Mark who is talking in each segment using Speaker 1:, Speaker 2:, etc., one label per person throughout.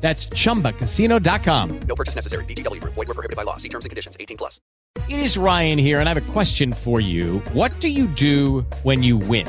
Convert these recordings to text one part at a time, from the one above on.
Speaker 1: That's chumbacasino.com.
Speaker 2: No purchase necessary. VGW Group. Void were prohibited by law. See terms and conditions. 18 plus.
Speaker 1: It is Ryan here, and I have a question for you. What do you do when you win?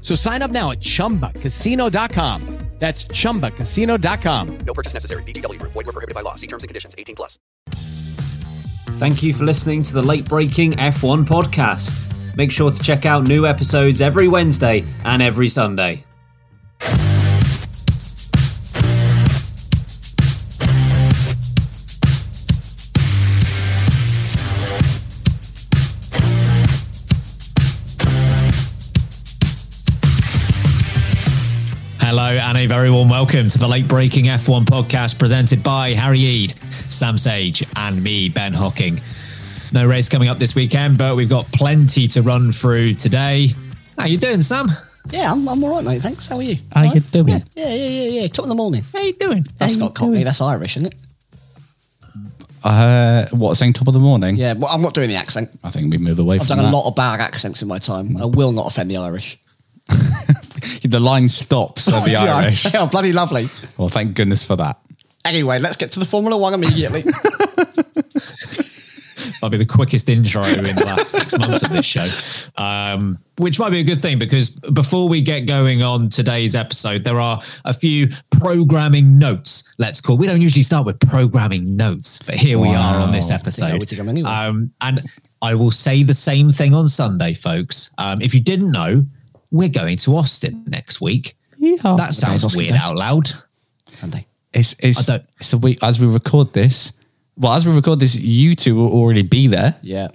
Speaker 1: So sign up now at chumbacasino.com. That's chumbacasino.com.
Speaker 2: No purchase necessary. VGW Group. Void were prohibited by law. See terms and conditions. 18 plus.
Speaker 3: Thank you for listening to the late breaking F1 podcast. Make sure to check out new episodes every Wednesday and every Sunday.
Speaker 4: Hello, and a very warm welcome to the late breaking F1 podcast presented by Harry Ead, Sam Sage, and me, Ben Hocking. No race coming up this weekend, but we've got plenty to run through today. How you doing, Sam?
Speaker 5: Yeah, I'm, I'm all right, mate. Thanks. How are you?
Speaker 4: How you doing?
Speaker 5: Yeah, yeah, yeah, yeah. yeah. Top of the morning.
Speaker 4: How you doing?
Speaker 5: That's not Cockney. That's Irish, isn't it?
Speaker 6: Uh, what saying top of the morning?
Speaker 5: Yeah. Well, I'm not doing the accent.
Speaker 6: I think we've moved away
Speaker 5: I've
Speaker 6: from
Speaker 5: done a
Speaker 6: that.
Speaker 5: lot of bad accents in my time. I will not offend the Irish.
Speaker 6: The line stops at the
Speaker 5: Yeah,
Speaker 6: Irish.
Speaker 5: They are bloody lovely.
Speaker 6: Well, thank goodness for that.
Speaker 5: Anyway, let's get to the Formula One immediately.
Speaker 4: That'll be the quickest intro in the last six months of this show, um, which might be a good thing because before we get going on today's episode, there are a few programming notes. Let's call. We don't usually start with programming notes, but here we are on this
Speaker 6: Wow.
Speaker 4: episode.
Speaker 5: I would take 'em anyway.
Speaker 4: Um, and I will say the same thing on Sunday, folks. Um, if you didn't know, we're going to Austin next week.
Speaker 6: Oh,
Speaker 4: That
Speaker 5: is
Speaker 4: sounds
Speaker 5: Austin
Speaker 4: weird
Speaker 5: Day?
Speaker 4: out loud.
Speaker 5: Sunday.
Speaker 6: It's it's
Speaker 4: I don't-
Speaker 6: it's a week as we record this. Well, as we record this, you two will already be there,
Speaker 5: Yeah.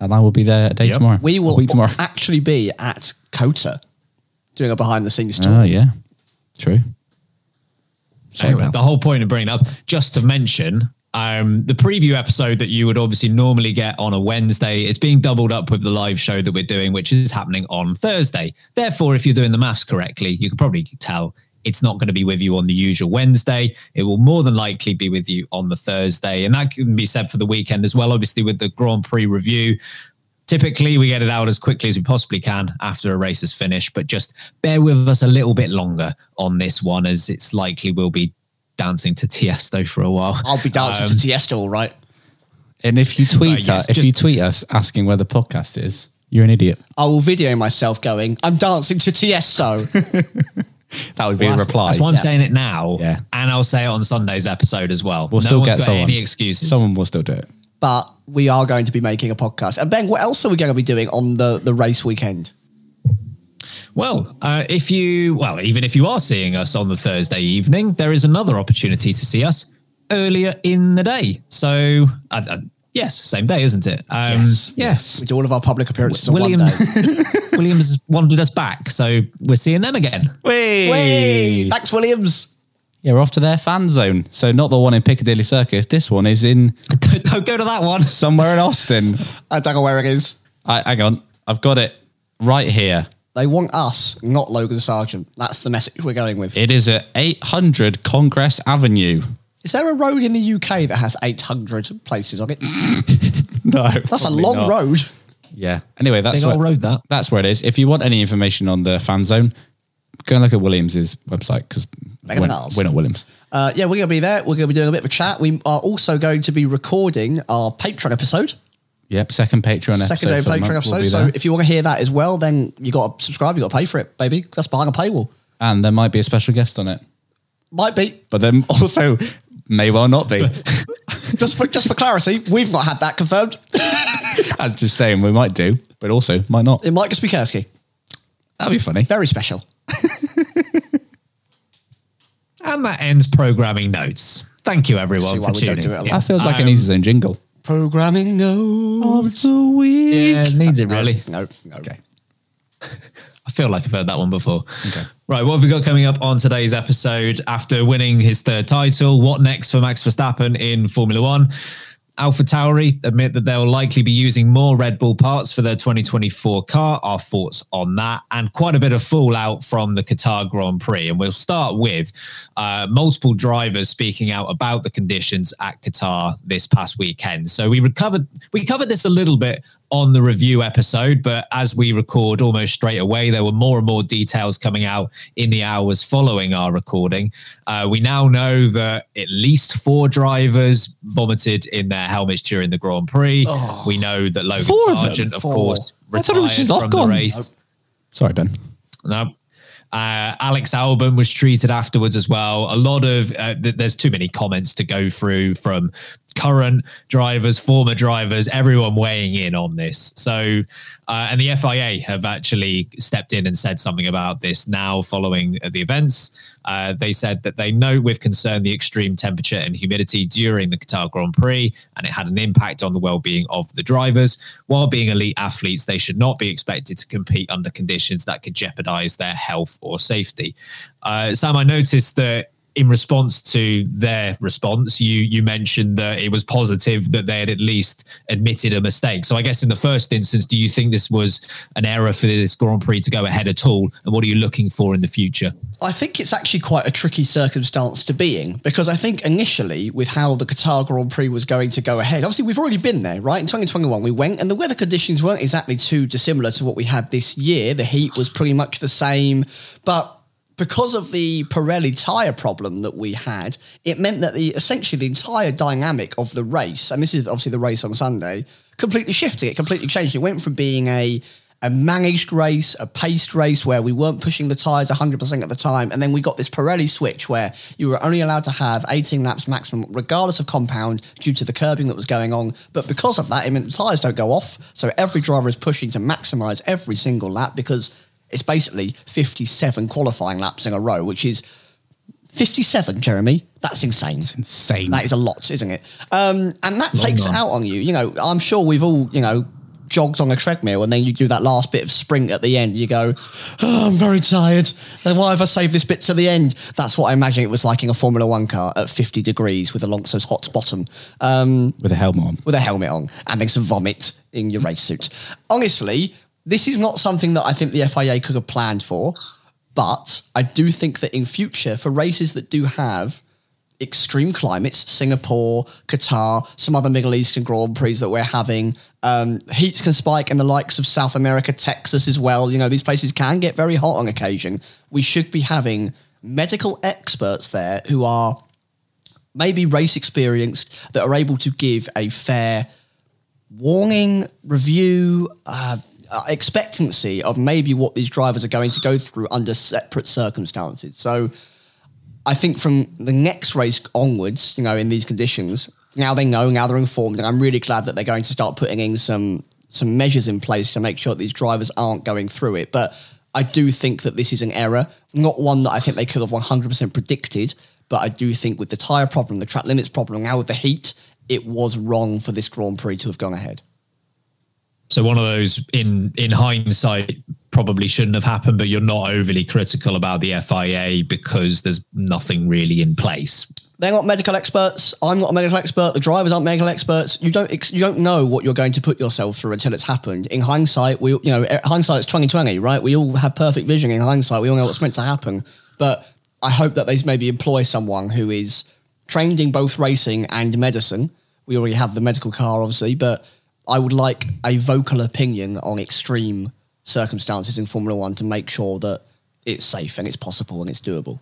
Speaker 6: and I will be there a day
Speaker 4: Yep.
Speaker 6: tomorrow.
Speaker 5: We
Speaker 6: a
Speaker 5: will
Speaker 6: week tomorrow.
Speaker 5: actually be at COTA doing a behind the scenes tour.
Speaker 6: Oh yeah, true.
Speaker 4: Anyway, the whole point of bringing it up, just to mention, um, the preview episode that you would obviously normally get on a Wednesday, it's being doubled up with the live show that we're doing, which is happening on Thursday. Therefore, if you're doing the maths correctly, you can probably tell it's not going to be with you on the usual Wednesday. It will more than likely be with you on the Thursday. And that can be said for the weekend as well, obviously, with the Grand Prix review. Typically, we get it out as quickly as we possibly can after a race is finished, but just bear with us a little bit longer on this one, as it's likely we'll be dancing to Tiesto for a while.
Speaker 5: I'll be dancing to Tiesto, all right.
Speaker 6: And if you tweet
Speaker 4: yes,
Speaker 6: us, if
Speaker 4: just-
Speaker 6: you tweet us asking where the podcast is, you're an idiot.
Speaker 5: I will video myself going, I'm dancing to Tiesto.
Speaker 6: That would be
Speaker 5: Well,
Speaker 6: a
Speaker 5: that's-
Speaker 6: reply.
Speaker 4: That's why I'm saying it now,
Speaker 6: Yeah.
Speaker 4: and I'll say it on Sunday's episode as well.
Speaker 6: We'll
Speaker 4: no
Speaker 6: still
Speaker 4: one's
Speaker 6: get
Speaker 4: got
Speaker 6: someone.
Speaker 4: any excuses.
Speaker 6: Someone will still do it.
Speaker 5: but we are going to be making a podcast. And Ben, what else are we going to be doing on the, the race weekend?
Speaker 4: Well, uh, if you, well, even if you are seeing us on the Thursday evening, there is another opportunity to see us earlier in the day. So, uh, uh, yes, same day, isn't it? Um,
Speaker 5: Yes.
Speaker 4: Yes.
Speaker 5: We do all of our public appearances on one day.
Speaker 4: Williams, Williams wanted us back, so we're seeing them again.
Speaker 5: Hey, thanks, Williams.
Speaker 6: Yeah, we're off to their fan zone. So not the one in Piccadilly Circus. This one is in
Speaker 4: don't, don't go to that one.
Speaker 6: somewhere in Austin.
Speaker 5: I don't know where it is.
Speaker 6: I, hang on, I've got it right here.
Speaker 5: They want us, not Logan Sargent. That's the message we're going with.
Speaker 6: It is at 800 Congress Avenue.
Speaker 5: Is there a road in the UK that has 800 places on it?
Speaker 6: No,
Speaker 5: That's a
Speaker 6: probably
Speaker 5: long
Speaker 6: not.
Speaker 5: road.
Speaker 6: Yeah. Anyway, that's
Speaker 4: Big
Speaker 6: where,
Speaker 4: old road, that.
Speaker 6: That's where it is. If you want any information on the fan zone, go and look at Williams's website because
Speaker 5: Megan
Speaker 6: we're,
Speaker 5: Niles.
Speaker 6: we're not Williams.
Speaker 5: Uh, yeah, we're going to be there. We're going to be doing a bit of a chat. We are also going to be recording our Patreon episode,
Speaker 6: Yep, second Patreon
Speaker 5: second
Speaker 6: episode.
Speaker 5: day
Speaker 6: for
Speaker 5: of
Speaker 6: the month
Speaker 5: Patreon
Speaker 6: will
Speaker 5: episode.
Speaker 6: be
Speaker 5: So
Speaker 6: there.
Speaker 5: if you want to hear that as well, then you got to subscribe. You got to pay for it, baby. That's behind a paywall.
Speaker 6: and there might be a special guest on it,
Speaker 5: Might be
Speaker 6: but then also may well not be.
Speaker 5: just for just for clarity, we've not had that confirmed.
Speaker 6: I'm just saying we might do, but also might not.
Speaker 5: It might just be Kursky.
Speaker 6: That'd be funny.
Speaker 5: Very special.
Speaker 4: And that ends programming notes. Thank you, everyone,
Speaker 5: See why
Speaker 4: for
Speaker 5: we don't
Speaker 4: tuning.
Speaker 5: do it a lot.
Speaker 6: That feels
Speaker 4: Um,
Speaker 6: like it needs its own jingle.
Speaker 5: Programming no,
Speaker 6: Of the week.
Speaker 4: Yeah, it needs it really.
Speaker 5: no, no. Okay.
Speaker 4: I feel like I've heard that one before. Right, what have we got coming up on today's episode? After winning his third title, what next for Max Verstappen in Formula One? Alpha Tauri admit that they'll likely be using more Red Bull parts for their 2024 car. Our thoughts on that, and quite a bit of fallout from the Qatar Grand Prix. And we'll start with uh, multiple drivers speaking out about the conditions at Qatar this past weekend. So we recovered, we covered this a little bit on the review episode, but as we record almost straight away, there were more and more details coming out in the hours following our recording. Uh, we now know that at least four drivers vomited in their helmets during the Grand Prix. We know that Logan
Speaker 6: Oh. Four of them?
Speaker 4: Sargent, of
Speaker 5: Four.
Speaker 4: course,
Speaker 6: I
Speaker 4: retired
Speaker 6: thought it was just
Speaker 4: from the
Speaker 6: Ocon.
Speaker 4: race.
Speaker 6: Sorry, Ben.
Speaker 4: No. Uh, Alex Albon was treated afterwards as well. A lot of uh, th- there's too many comments to go through from current drivers, former drivers, everyone weighing in on this. So, uh, and the FIA have actually stepped in and said something about this now following uh, the events. Uh, they said that they note with concern the extreme temperature and humidity during the Qatar Grand Prix, and it had an impact on the well-being of the drivers. While being elite athletes, they should not be expected to compete under conditions that could jeopardize their health or safety. Uh, Sam, I noticed that in response to their response, you you mentioned that it was positive that they had at least admitted a mistake. So I guess in the first instance, do you think this was an error for this Grand Prix to go ahead at all? And what are you looking for in the future?
Speaker 5: I think it's actually quite a tricky circumstance to be in because I think initially with how the Qatar Grand Prix was going to go ahead, obviously we've already been there, right? In 2021 we went and the weather conditions weren't exactly too dissimilar to what we had this year. The heat was pretty much the same, but because of the Pirelli tyre problem that we had, it meant that the essentially the entire dynamic of the race, and this is obviously the race on Sunday, completely shifted. It completely changed. It went from being a a managed race, a paced race where we weren't pushing the tyres 100% at the time. And then we got this Pirelli switch where you were only allowed to have 18 laps maximum, regardless of compound, due to the curbing that was going on. But because of that, it meant the tyres don't go off. So every driver is pushing to maximise every single lap because it's basically 57 qualifying laps in a row, which is 57, Jeremy. That's insane.
Speaker 6: Insane.
Speaker 5: That is a lot, isn't it? Um, and that takes it
Speaker 4: run.
Speaker 5: out on you. You know, I'm sure we've all, you know, jogged on a treadmill and then you do that last bit of sprint at the end. You go, oh, I'm very tired. Then why have I saved this bit to the end? That's what I imagine it was like in a Formula One car at 50 degrees with Alonso's hot bottom
Speaker 6: With a helmet on.
Speaker 5: with a helmet on and then some vomit in your race suit. Honestly, this is not something that I think the FIA could have planned for, but I do think that in future, for races that do have extreme climates, Singapore, Qatar, some other Middle Eastern Grand Prix that we're having, um, heats can spike in the likes of South America, Texas as well. You know, these places can get very hot on occasion. We should be having medical experts there who are maybe race experienced that are able to give a fair warning, review, uh, uh, expectancy of maybe what these drivers are going to go through under separate circumstances. So I think from the next race onwards, you know, in these conditions, now they know, now they're informed, and I'm really glad that they're going to start putting in some some measures in place to make sure that these drivers aren't going through it. But I do think that this is an error, not one that I think they could have 100% predicted. But I do think with the tyre problem, the track limits problem, now with the heat, it was wrong for this Grand Prix to have gone ahead.
Speaker 4: So one of those in in hindsight probably shouldn't have happened, but you're not overly critical about the FIA because there's nothing really in place.
Speaker 5: They're not medical experts. I'm not a medical expert. The drivers aren't medical experts. You don't ex- you don't know what you're going to put yourself through until it's happened. In hindsight, we you know eh, hindsight's twenty twenty, right? We all have perfect vision. In hindsight, we all know what's meant to happen. But I hope that they maybe employ someone who is trained in both racing and medicine. We already have the medical car, obviously, but I would like a vocal opinion on extreme circumstances in Formula One to make sure that it's safe and it's possible and it's doable.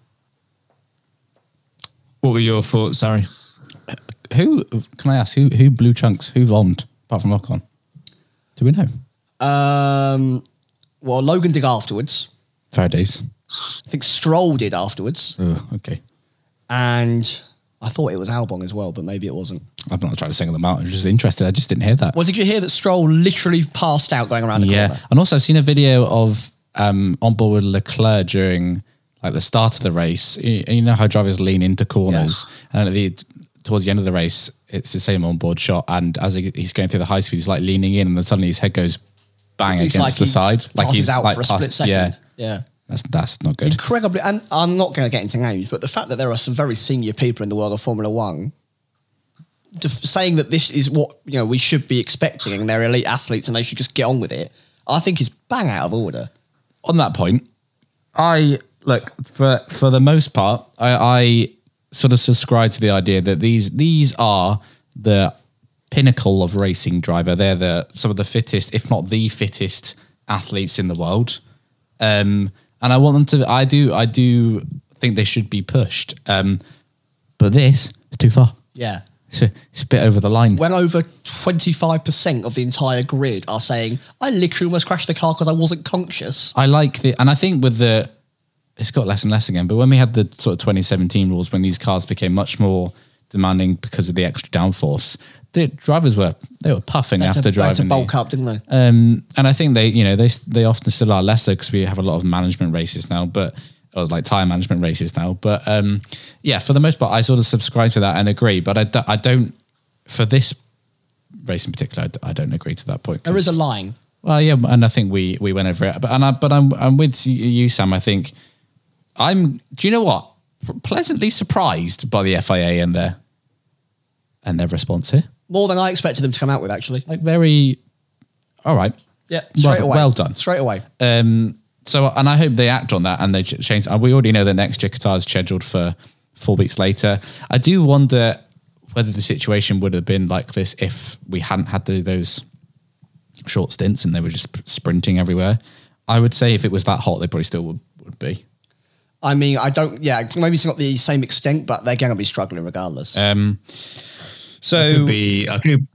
Speaker 4: What were your thoughts? Sorry.
Speaker 6: Who can I ask? Who who blew chunks? Who vommed? Apart from Ocon, do we know?
Speaker 5: Um, well, Logan did afterwards.
Speaker 6: Faraday's.
Speaker 5: I think Stroll did afterwards,
Speaker 6: Oh, okay.
Speaker 5: and I thought it was Albon as well, but maybe it wasn't.
Speaker 6: I'm not trying to single them out. I'm just interested. I just didn't hear that.
Speaker 5: Well, did you hear that Stroll literally passed out going around the
Speaker 6: yeah,
Speaker 5: corner?
Speaker 6: and also I've seen a video of um on board with Leclerc during like the start of the race. You, you know how drivers lean into corners, and at the towards the end of the race, it's the same onboard shot. And as he, he's going through the high speed, he's like leaning in, and then suddenly his head goes bang
Speaker 5: It's like
Speaker 6: against the
Speaker 5: he
Speaker 6: side, like
Speaker 5: passes out
Speaker 6: like,
Speaker 5: for a
Speaker 6: pass-
Speaker 5: split second.
Speaker 6: Yeah,
Speaker 5: yeah.
Speaker 6: that's that's not good.
Speaker 5: Incredibly, and I'm not going to get into names, but the fact that there are some very senior people in the world of Formula One def- saying that this is what you know we should be expecting, and they're elite athletes, and they should just get on with it, I think is bang out of order.
Speaker 6: on that point, I look for for the most part, I, I sort of subscribe to the idea that these these are the pinnacle of racing driver. They're the some of the fittest, if not the fittest, athletes in the world. Um, and I want them to. I do. I do think they should be pushed. Um, but this is too far.
Speaker 5: Yeah,
Speaker 6: It's a, it's a bit over the line.
Speaker 5: well over 25% of the entire grid are saying, I literally almost crashed the car because I wasn't conscious.
Speaker 6: I like the, and I think with the, it's got less and less again. But when we had the sort of 2017 rules, when these cars became much more demanding because of the extra downforce, the drivers were they were puffing
Speaker 5: They had to-
Speaker 6: after
Speaker 5: they had
Speaker 6: driving.
Speaker 5: to
Speaker 6: the-
Speaker 5: bulk up, didn't they?
Speaker 6: and I think they, you know, they they often still are lesser because we have a lot of management races now, but or like tire management races now. But um, yeah, for the most part, I sort of subscribe to that and agree. But I, do, I don't for this race in particular, I d- I don't agree to that point.
Speaker 5: there is a
Speaker 6: 'cause-
Speaker 5: line.
Speaker 6: well, yeah, and I think we we went over it, but and I but I'm I'm with you, you, Sam. I think I'm. Do you know what? Pleasantly surprised by the FIA and their and their response here.
Speaker 5: More than I expected them to come out with, actually.
Speaker 6: Like very, all right.
Speaker 5: Yeah,
Speaker 6: Well-
Speaker 5: straight away.
Speaker 6: well done.
Speaker 5: Straight away.
Speaker 6: Um, So and I hope they act on that and they ch- change. And we already know that next year Qatar is scheduled for four weeks later. I do wonder whether the situation would have been like this if we hadn't had the, those short stints and they were just sprinting everywhere. I would say if it was that hot, they probably still would, would be.
Speaker 5: I mean, I don't, yeah, maybe it's not the same extent, but they're going to be struggling regardless.
Speaker 6: So
Speaker 4: could be I could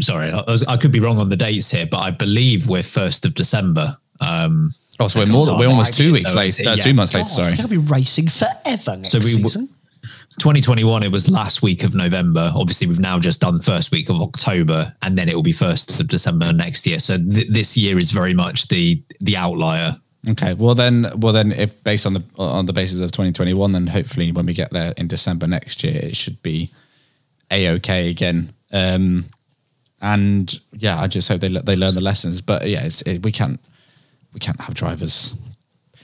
Speaker 4: sorry I, was- I could be wrong on the dates here, but I believe we're first of December. Um,
Speaker 6: oh, so we're more than- we're almost two weeks
Speaker 4: So
Speaker 6: late,
Speaker 4: it's-
Speaker 6: uh,
Speaker 4: yeah.
Speaker 6: two months later.
Speaker 5: God,
Speaker 6: Sorry,
Speaker 5: They're going to be racing forever next
Speaker 4: So we w-
Speaker 5: season.
Speaker 4: 2021. It was last week of November. Obviously, we've now just done first week of October, and then it will be first of December next year. So th- this year is very much the the outlier.
Speaker 6: Okay. Well then, well then, if based on the on the basis of 2021, then hopefully when we get there in December next year, it should be a okay again. Um, and yeah, I just hope they le- they learn the lessons. But yeah, it's, it, we can't we can't have drivers.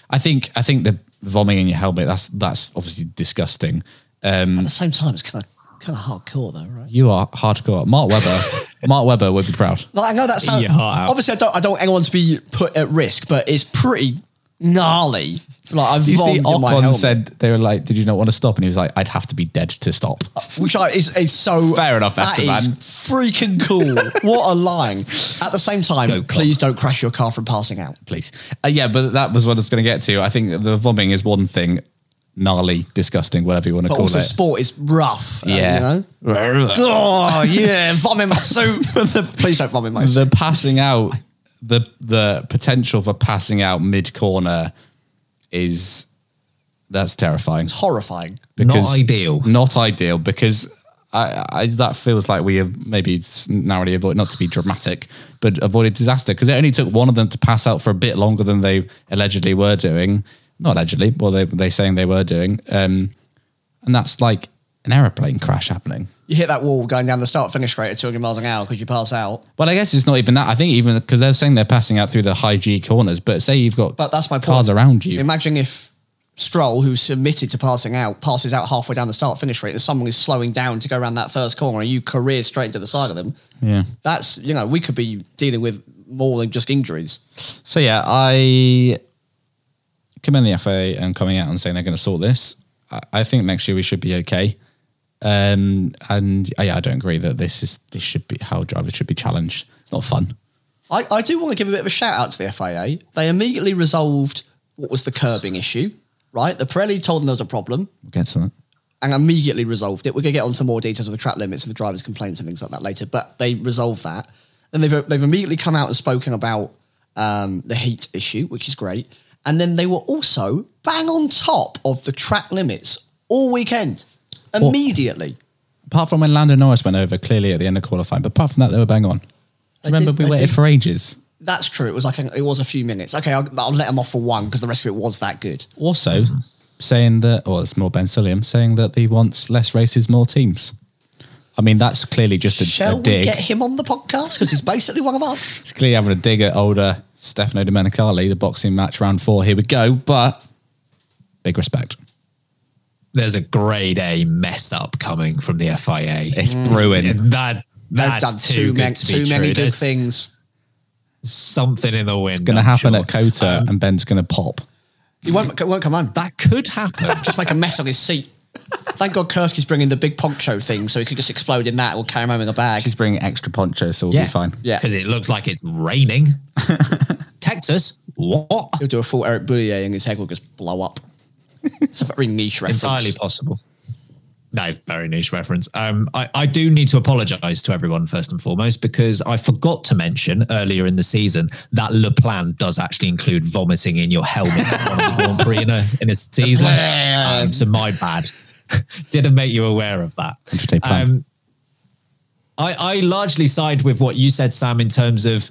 Speaker 6: I think I think the vomiting in your helmet that's that's obviously disgusting.
Speaker 5: At the same time, it's kind of kind of hardcore, though, right?
Speaker 6: You are hardcore, Mark Webber. Mark Webber would be proud.
Speaker 5: Like, I know that sounds.
Speaker 4: your heart out.
Speaker 5: Obviously, I don't. I don't want anyone to be put at risk, but it's pretty gnarly. Like I've
Speaker 6: You see,
Speaker 5: vomited in my
Speaker 6: Ocon
Speaker 5: helmet,
Speaker 6: said they were like, "Did you not want to stop?" And he was like, "I'd have to be dead to stop."
Speaker 5: which I, is is so
Speaker 6: Fair enough,
Speaker 5: That is
Speaker 6: Esteban.
Speaker 5: freaking cool. what a line! At the same time,
Speaker 4: Go, Klopp.
Speaker 5: please don't crash your car from passing out.
Speaker 6: please. Uh, yeah, but that was what I was going to get to. I think the vomiting is one thing, gnarly, disgusting, whatever you want to
Speaker 5: But
Speaker 6: call
Speaker 5: also,
Speaker 6: it.
Speaker 5: sport is rough. uh,
Speaker 6: yeah. Uh,
Speaker 5: you know? Oh yeah, vomit my suit. please don't vomit my suit.
Speaker 6: the passing out, the the potential for passing out mid corner is that's terrifying.
Speaker 5: Horrifying.
Speaker 4: Not ideal.
Speaker 6: Not ideal because I, I that feels like we have maybe s- narrowly avoided not to be dramatic, but avoided disaster because it only took one of them to pass out for a bit longer than they allegedly were doing. Not allegedly, well they they saying they were doing, um, and that's like an aeroplane crash happening.
Speaker 5: You hit that wall going down the start finish rate at 200 miles an hour because you pass out.
Speaker 6: But I guess it's not even that. I think even because they're saying they're passing out through the high G corners, but say you've got
Speaker 5: But that's my
Speaker 6: cars
Speaker 5: point.
Speaker 6: around you.
Speaker 5: Imagine if Stroll, who submitted to passing out, passes out halfway down the start finish rate, and someone is slowing down to go around that first corner, and you career straight into the side of them.
Speaker 6: Yeah.
Speaker 5: That's you know we could be dealing with more than just injuries.
Speaker 6: So yeah, I commend the FA and coming out and saying they're going to sort this. I, I think next year we should be okay. Um, and uh, yeah, I don't agree that this is this should be how drivers should be challenged. It's not fun.
Speaker 5: I, I do want to give a bit of a shout out to the FIA. They immediately resolved what was the curbing issue, right? The Pirelli told them there was a problem
Speaker 6: We'll get to that.
Speaker 5: and immediately resolved it. We're going to get on some more details of the track limits and the drivers' complaints and things like that later, but they resolved that. Then they've, they've immediately come out and spoken about um, the heat issue, which is great. And then they were also bang on top of the track limits all weekend, immediately.
Speaker 6: Apart from when Lando Norris went over clearly at the end of qualifying, but apart from that, they were bang on.
Speaker 5: They
Speaker 6: Remember,
Speaker 5: did,
Speaker 6: we
Speaker 5: they
Speaker 6: waited
Speaker 5: did.
Speaker 6: for ages.
Speaker 5: That's true. It was like a, it was a few minutes. Okay, I'll, I'll let them off for one because the rest of it was that good.
Speaker 6: Also, saying that, well, it's more Ben Silliam saying that he wants less races, more teams. I mean, that's clearly just a, a
Speaker 5: Shall we
Speaker 6: dig.
Speaker 5: get him on the podcast because he's basically one of us?
Speaker 6: It's clearly having a dig at older Stefano Domenicali, the boxing match round four. Here we go, but big respect.
Speaker 4: There's a grade A mess up coming from the FIA.
Speaker 6: It's brewing.
Speaker 4: Yeah, That
Speaker 5: Mm. They've
Speaker 4: that's
Speaker 5: done
Speaker 4: too,
Speaker 5: too,
Speaker 4: good
Speaker 5: many,
Speaker 4: to be
Speaker 5: too
Speaker 4: true.
Speaker 5: many good
Speaker 4: There's
Speaker 5: things.
Speaker 4: Something in the wind.
Speaker 6: It's going to happen at Cota, and Ben's going to pop.
Speaker 5: He won't, he won't come on.
Speaker 4: That could happen.
Speaker 5: just make a mess on his seat. Thank God Kursky's bringing the big poncho thing so he could just explode in that or carry him home in a bag.
Speaker 6: He's bringing extra ponchos, so we'll be fine.
Speaker 5: Yeah.
Speaker 4: Because it looks like it's raining. Texas, what?
Speaker 5: He'll do a full Eric Boulier and his head will just blow up. It's a very niche reference.
Speaker 4: Entirely possible. No, very niche reference. Um, I, I do need to apologise to everyone first and foremost because I forgot to mention earlier in the season that Le Plan does actually include vomiting in your helmet at one of the Grand Prix in a, in a season. Um, so my bad. Didn't make you aware of that. Um,
Speaker 6: Interesting plan.
Speaker 4: I, I largely side with what you said, Sam, in terms of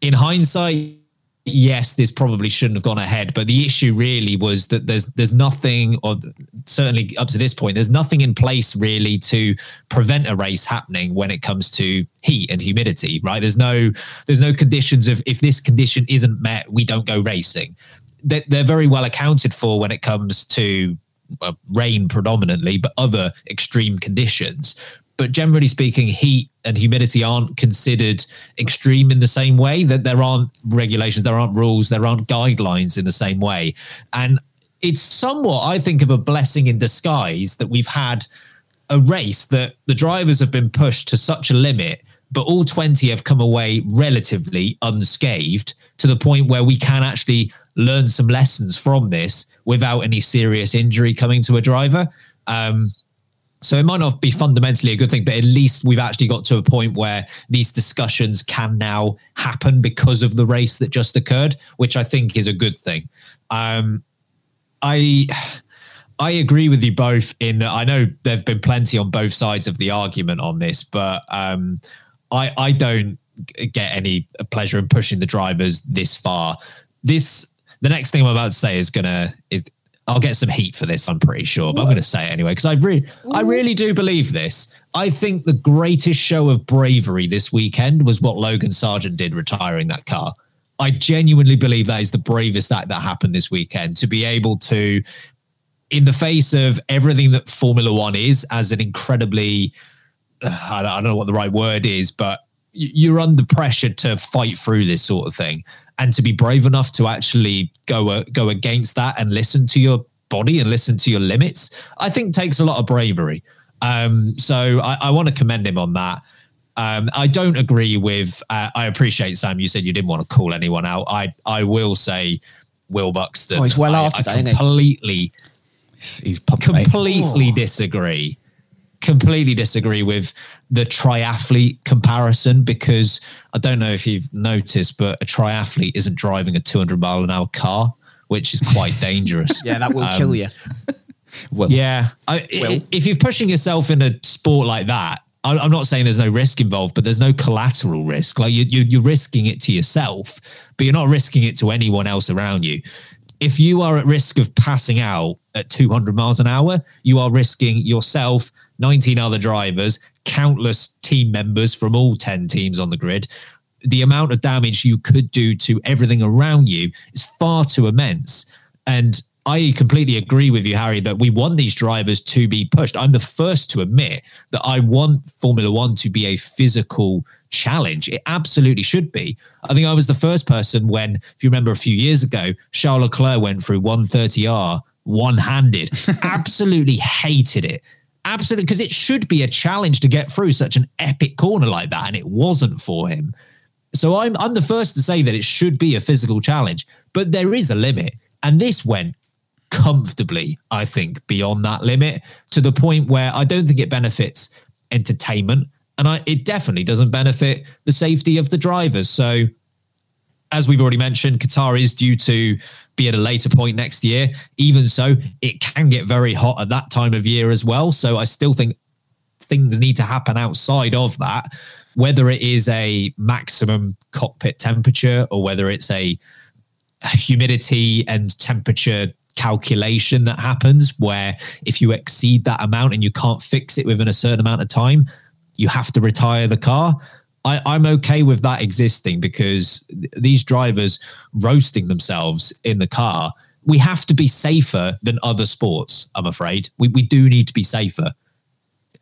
Speaker 4: in hindsight, yes, this probably shouldn't have gone ahead. But the issue really was that there's there's nothing, or certainly up to this point, there's nothing in place really to prevent a race happening when it comes to heat and humidity. Right? There's no there's no conditions of if this condition isn't met, we don't go racing. They're, they're very well accounted for when it comes to uh, rain predominantly, but other extreme conditions. But generally speaking, heat and humidity aren't considered extreme in the same way that there aren't regulations, there aren't rules, there aren't guidelines in the same way. And it's somewhat, I think, of a blessing in disguise that we've had a race that the drivers have been pushed to such a limit, but all 20 have come away relatively unscathed to the point where we can actually learn some lessons from this without any serious injury coming to a driver. Um, so it might not be fundamentally a good thing, but at least we've actually got to a point where these discussions can now happen because of the race that just occurred, which I think is a good thing. Um, I I agree with you both in that I know there've been plenty on both sides of the argument on this, but um, I I don't g- get any pleasure in pushing the drivers this far. This the next thing I'm about to say is gonna is I'll get some heat for this. I'm pretty sure, but I'm gonna say it anyway because I really I really do believe this. I think the greatest show of bravery this weekend was what Logan Sargent did retiring that car. I genuinely believe that is the bravest act that happened this weekend to be able to in the face of everything that Formula One is as an incredibly, uh, I don't I don't know what the right word is, but y- you're under pressure to fight through this sort of thing and to be brave enough to actually go a, go against that and listen to your body and listen to your limits. I think takes a lot of bravery. Um, so I, I want to commend him on that. Um, I don't agree with. Uh, I appreciate Sam. You said you didn't want to call anyone out. I I will say, Will Buxton.
Speaker 5: Oh, he's well
Speaker 4: I,
Speaker 5: out today,
Speaker 4: I
Speaker 5: isn't he?
Speaker 4: completely
Speaker 6: He's, he's pumping, mate.
Speaker 4: completely disagree completely disagree with the triathlete comparison because i don't know if you've noticed but a triathlete isn't driving a 200 mile an hour car which is quite dangerous
Speaker 5: Yeah, that will
Speaker 4: Um,
Speaker 5: kill you.
Speaker 4: uh,
Speaker 6: Well,
Speaker 4: yeah. I, i- if you're pushing yourself in a sport like that, I- I'm not saying there's no risk involved, but there's no collateral risk. Like you, you, you're risking it to yourself, but you're not risking it to anyone else around you. If you are at risk of passing out at 200 miles an hour, you are risking yourself, 19 other drivers, countless team members from all 10 teams on the grid. The amount of damage you could do to everything around you is far too immense. And I completely agree with you, Harry, that we want these drivers to be pushed. I'm the first to admit that I want Formula One to be a physical challenge. It absolutely should be. I think I was the first person when, if you remember a few years ago, Charles Leclerc went through 130R one handed, absolutely hated it. Absolutely, because it should be a challenge to get through such an epic corner like that. And it wasn't for him. So I'm I'm the first to say that it should be a physical challenge, but there is a limit. And this went comfortably, I think, beyond that limit to the point where I don't think it benefits entertainment. And I, it definitely doesn't benefit the safety of the drivers. So, as we've already mentioned, Qatar is due to be at a later point next year. Even so, it can get very hot at that time of year as well. So, I still think things need to happen outside of that, whether it is a maximum cockpit temperature or whether it's a humidity and temperature calculation that happens where if you exceed that amount and you can't fix it within a certain amount of time, you have to retire the car. I, I'm okay with that existing because th- these drivers roasting themselves in the car, we have to be safer than other sports, I'm afraid. We, we do need to be safer.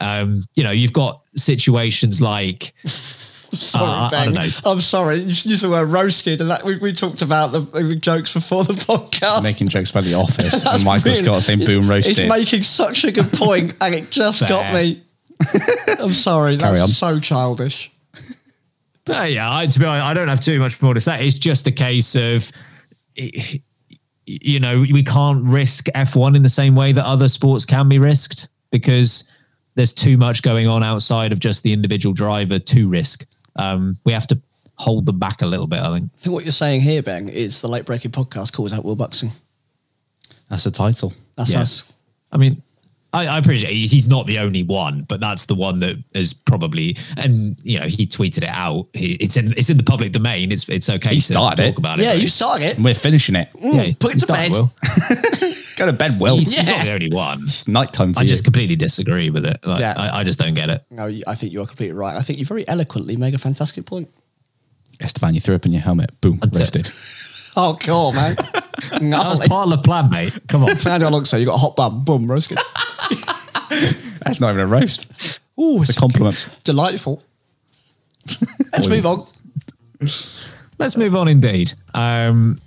Speaker 4: Um, you know, you've got situations like
Speaker 5: Sorry,
Speaker 4: Uh, I
Speaker 5: Ben.
Speaker 4: don't know.
Speaker 5: I'm sorry. You used the word roasted, and that we, we talked about the, the jokes before the podcast.
Speaker 6: Making jokes about the office and Michael
Speaker 5: really-
Speaker 6: Scott saying boom roasted.
Speaker 5: It's making such a good point, and it just got
Speaker 4: Fair.
Speaker 5: me. I'm sorry. That's
Speaker 6: Carry on.
Speaker 5: so childish.
Speaker 4: Uh, yeah, I, to be honest, I don't have too much more to say. It's just a case of, y- you know, we can't risk F1 in the same way that other sports can be risked because there's too much going on outside of just the individual driver to risk. Um, we have to hold them back a little bit, I think.
Speaker 5: I think what you're saying here, Ben, is the late breaking podcast calls out Will Buxton.
Speaker 6: That's a title.
Speaker 5: That's
Speaker 4: Yeah.
Speaker 5: us.
Speaker 4: I mean, I, I appreciate he- he's not the only one, but that's the one that is probably, and you know, he tweeted it out. He, it's in it's in the public domain. It's it's okay.
Speaker 6: He
Speaker 4: to
Speaker 6: started
Speaker 4: talk
Speaker 6: it.
Speaker 4: about it.
Speaker 5: Yeah,
Speaker 4: but
Speaker 5: you
Speaker 4: it's-
Speaker 5: started it.
Speaker 6: And we're finishing it.
Speaker 4: yeah,
Speaker 5: put it
Speaker 4: you
Speaker 5: to
Speaker 4: started,
Speaker 5: bed.
Speaker 4: Will.
Speaker 6: Go to bed, Will.
Speaker 4: He's not the only one.
Speaker 6: It's nighttime for
Speaker 4: I
Speaker 6: you.
Speaker 4: just completely disagree with it. Like,
Speaker 5: Yeah.
Speaker 4: I, I just don't get it.
Speaker 5: No, you- I think you are completely right. I think you very eloquently make a fantastic point.
Speaker 6: Esteban, you threw up in your helmet. Boom,
Speaker 4: it.
Speaker 6: roasted.
Speaker 5: Oh, cool, man.
Speaker 4: That was
Speaker 5: Gnarly.
Speaker 4: part of the plan, mate. Come on.
Speaker 5: Fernando Alonso, you got a hot bun. Boom, roasted.
Speaker 6: That's not even a roast.
Speaker 5: Ooh,
Speaker 6: It's a compliment.
Speaker 5: delightful. Let's move on.
Speaker 4: Let's move on indeed. Um,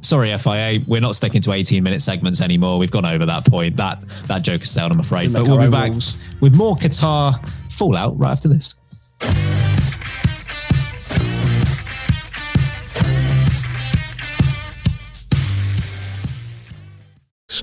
Speaker 4: sorry, FIA. We're not sticking to 18 minute segments anymore. We've gone over that point. That that joke is sound, I'm afraid.
Speaker 5: We
Speaker 4: But
Speaker 5: make
Speaker 4: we'll
Speaker 5: our
Speaker 4: be
Speaker 5: own
Speaker 4: back
Speaker 5: rules.
Speaker 4: with more Qatar fallout right after this.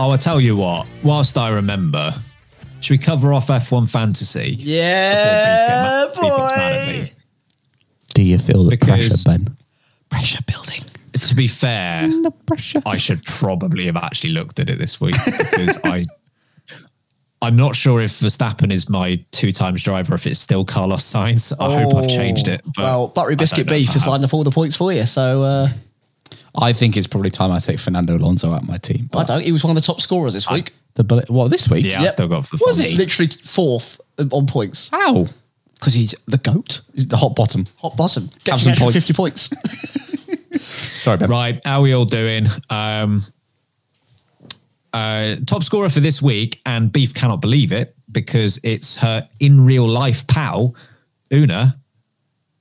Speaker 4: Oh, I tell you what. Whilst I remember, should we cover off F1 fantasy?
Speaker 5: Yeah,
Speaker 4: Before Pete gets mad- Pete
Speaker 5: boy.
Speaker 4: gets mad
Speaker 6: Do you feel the
Speaker 4: Because-
Speaker 6: pressure, Ben?
Speaker 5: Pressure building.
Speaker 4: at me. To be fair,
Speaker 6: The pressure.
Speaker 4: I should probably have actually looked at it this week because I I'm not sure if Verstappen is my two times driver if it's still Carlos Sainz. I hope I've changed it. but
Speaker 5: Oh, well,
Speaker 4: I
Speaker 5: buttery
Speaker 4: don't
Speaker 5: biscuit
Speaker 4: know if I
Speaker 5: beef is
Speaker 4: have.
Speaker 5: lined up all the points for you. So uh,
Speaker 6: I think it's probably time I take Fernando Alonso out of my team.
Speaker 5: I
Speaker 6: But
Speaker 5: don't. He was one of the top scorers this week.
Speaker 6: the bullet, well, this week?
Speaker 4: Yeah, I
Speaker 5: Yep.
Speaker 4: still got for the
Speaker 5: was
Speaker 4: thumbs.
Speaker 5: he literally fourth on points?
Speaker 6: How?
Speaker 5: Because he's the goat.
Speaker 6: The hot bottom.
Speaker 5: Hot bottom. Get
Speaker 6: Have
Speaker 5: you
Speaker 6: some
Speaker 5: extra
Speaker 6: points.
Speaker 5: 50 points.
Speaker 6: Sorry, Ben.
Speaker 4: Right, how we all doing? Um, uh, top scorer for this week, and Beef cannot believe it because it's her in real life pal, Una,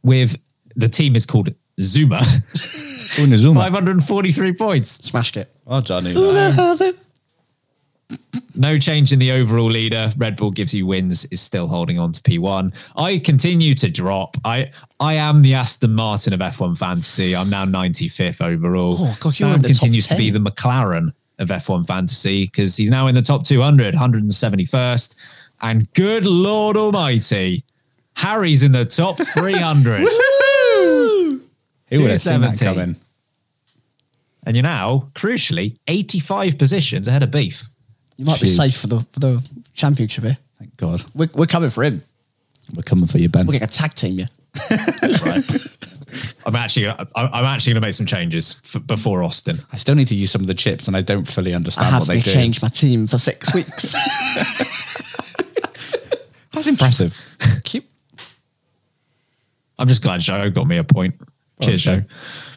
Speaker 4: with the team is called Zuma.
Speaker 6: Una Zuma.
Speaker 4: 543 points.
Speaker 5: Smashed it.
Speaker 6: Well done, Una.
Speaker 5: Una has it.
Speaker 4: No change in the overall leader. Red Bull gives you wins, is still holding on to P1. I continue to drop. I I am the Aston Martin of F1 fantasy. I'm now 95th overall.
Speaker 5: Oh, God, you're
Speaker 4: Sam
Speaker 5: in the top
Speaker 4: continues to be
Speaker 5: 10.
Speaker 4: the McLaren of F1 fantasy because he's now in the top 200, 171st. And good Lord Almighty, Harry's in the top 300.
Speaker 6: Who would have seen that
Speaker 4: 270.
Speaker 6: coming?
Speaker 4: and you're now, crucially, 85 positions ahead of Beef.
Speaker 5: You might be
Speaker 6: Phew.
Speaker 5: safe for the for the championship here.
Speaker 6: Thank God.
Speaker 5: We're, we're coming for him.
Speaker 6: We're coming for you, Ben.
Speaker 5: We're going to tag team you.
Speaker 4: I'm actually, I- I'm actually going to make some changes f- before Austin.
Speaker 6: I still need to use some of the chips, and I don't fully
Speaker 5: I
Speaker 6: understand what
Speaker 5: haven't
Speaker 6: Ah, they do.
Speaker 5: changed my team for six weeks.
Speaker 6: That's impressive.
Speaker 5: Cute.
Speaker 4: I'm just glad Joe got me a point. Cheers,
Speaker 6: Joe.
Speaker 4: Joe.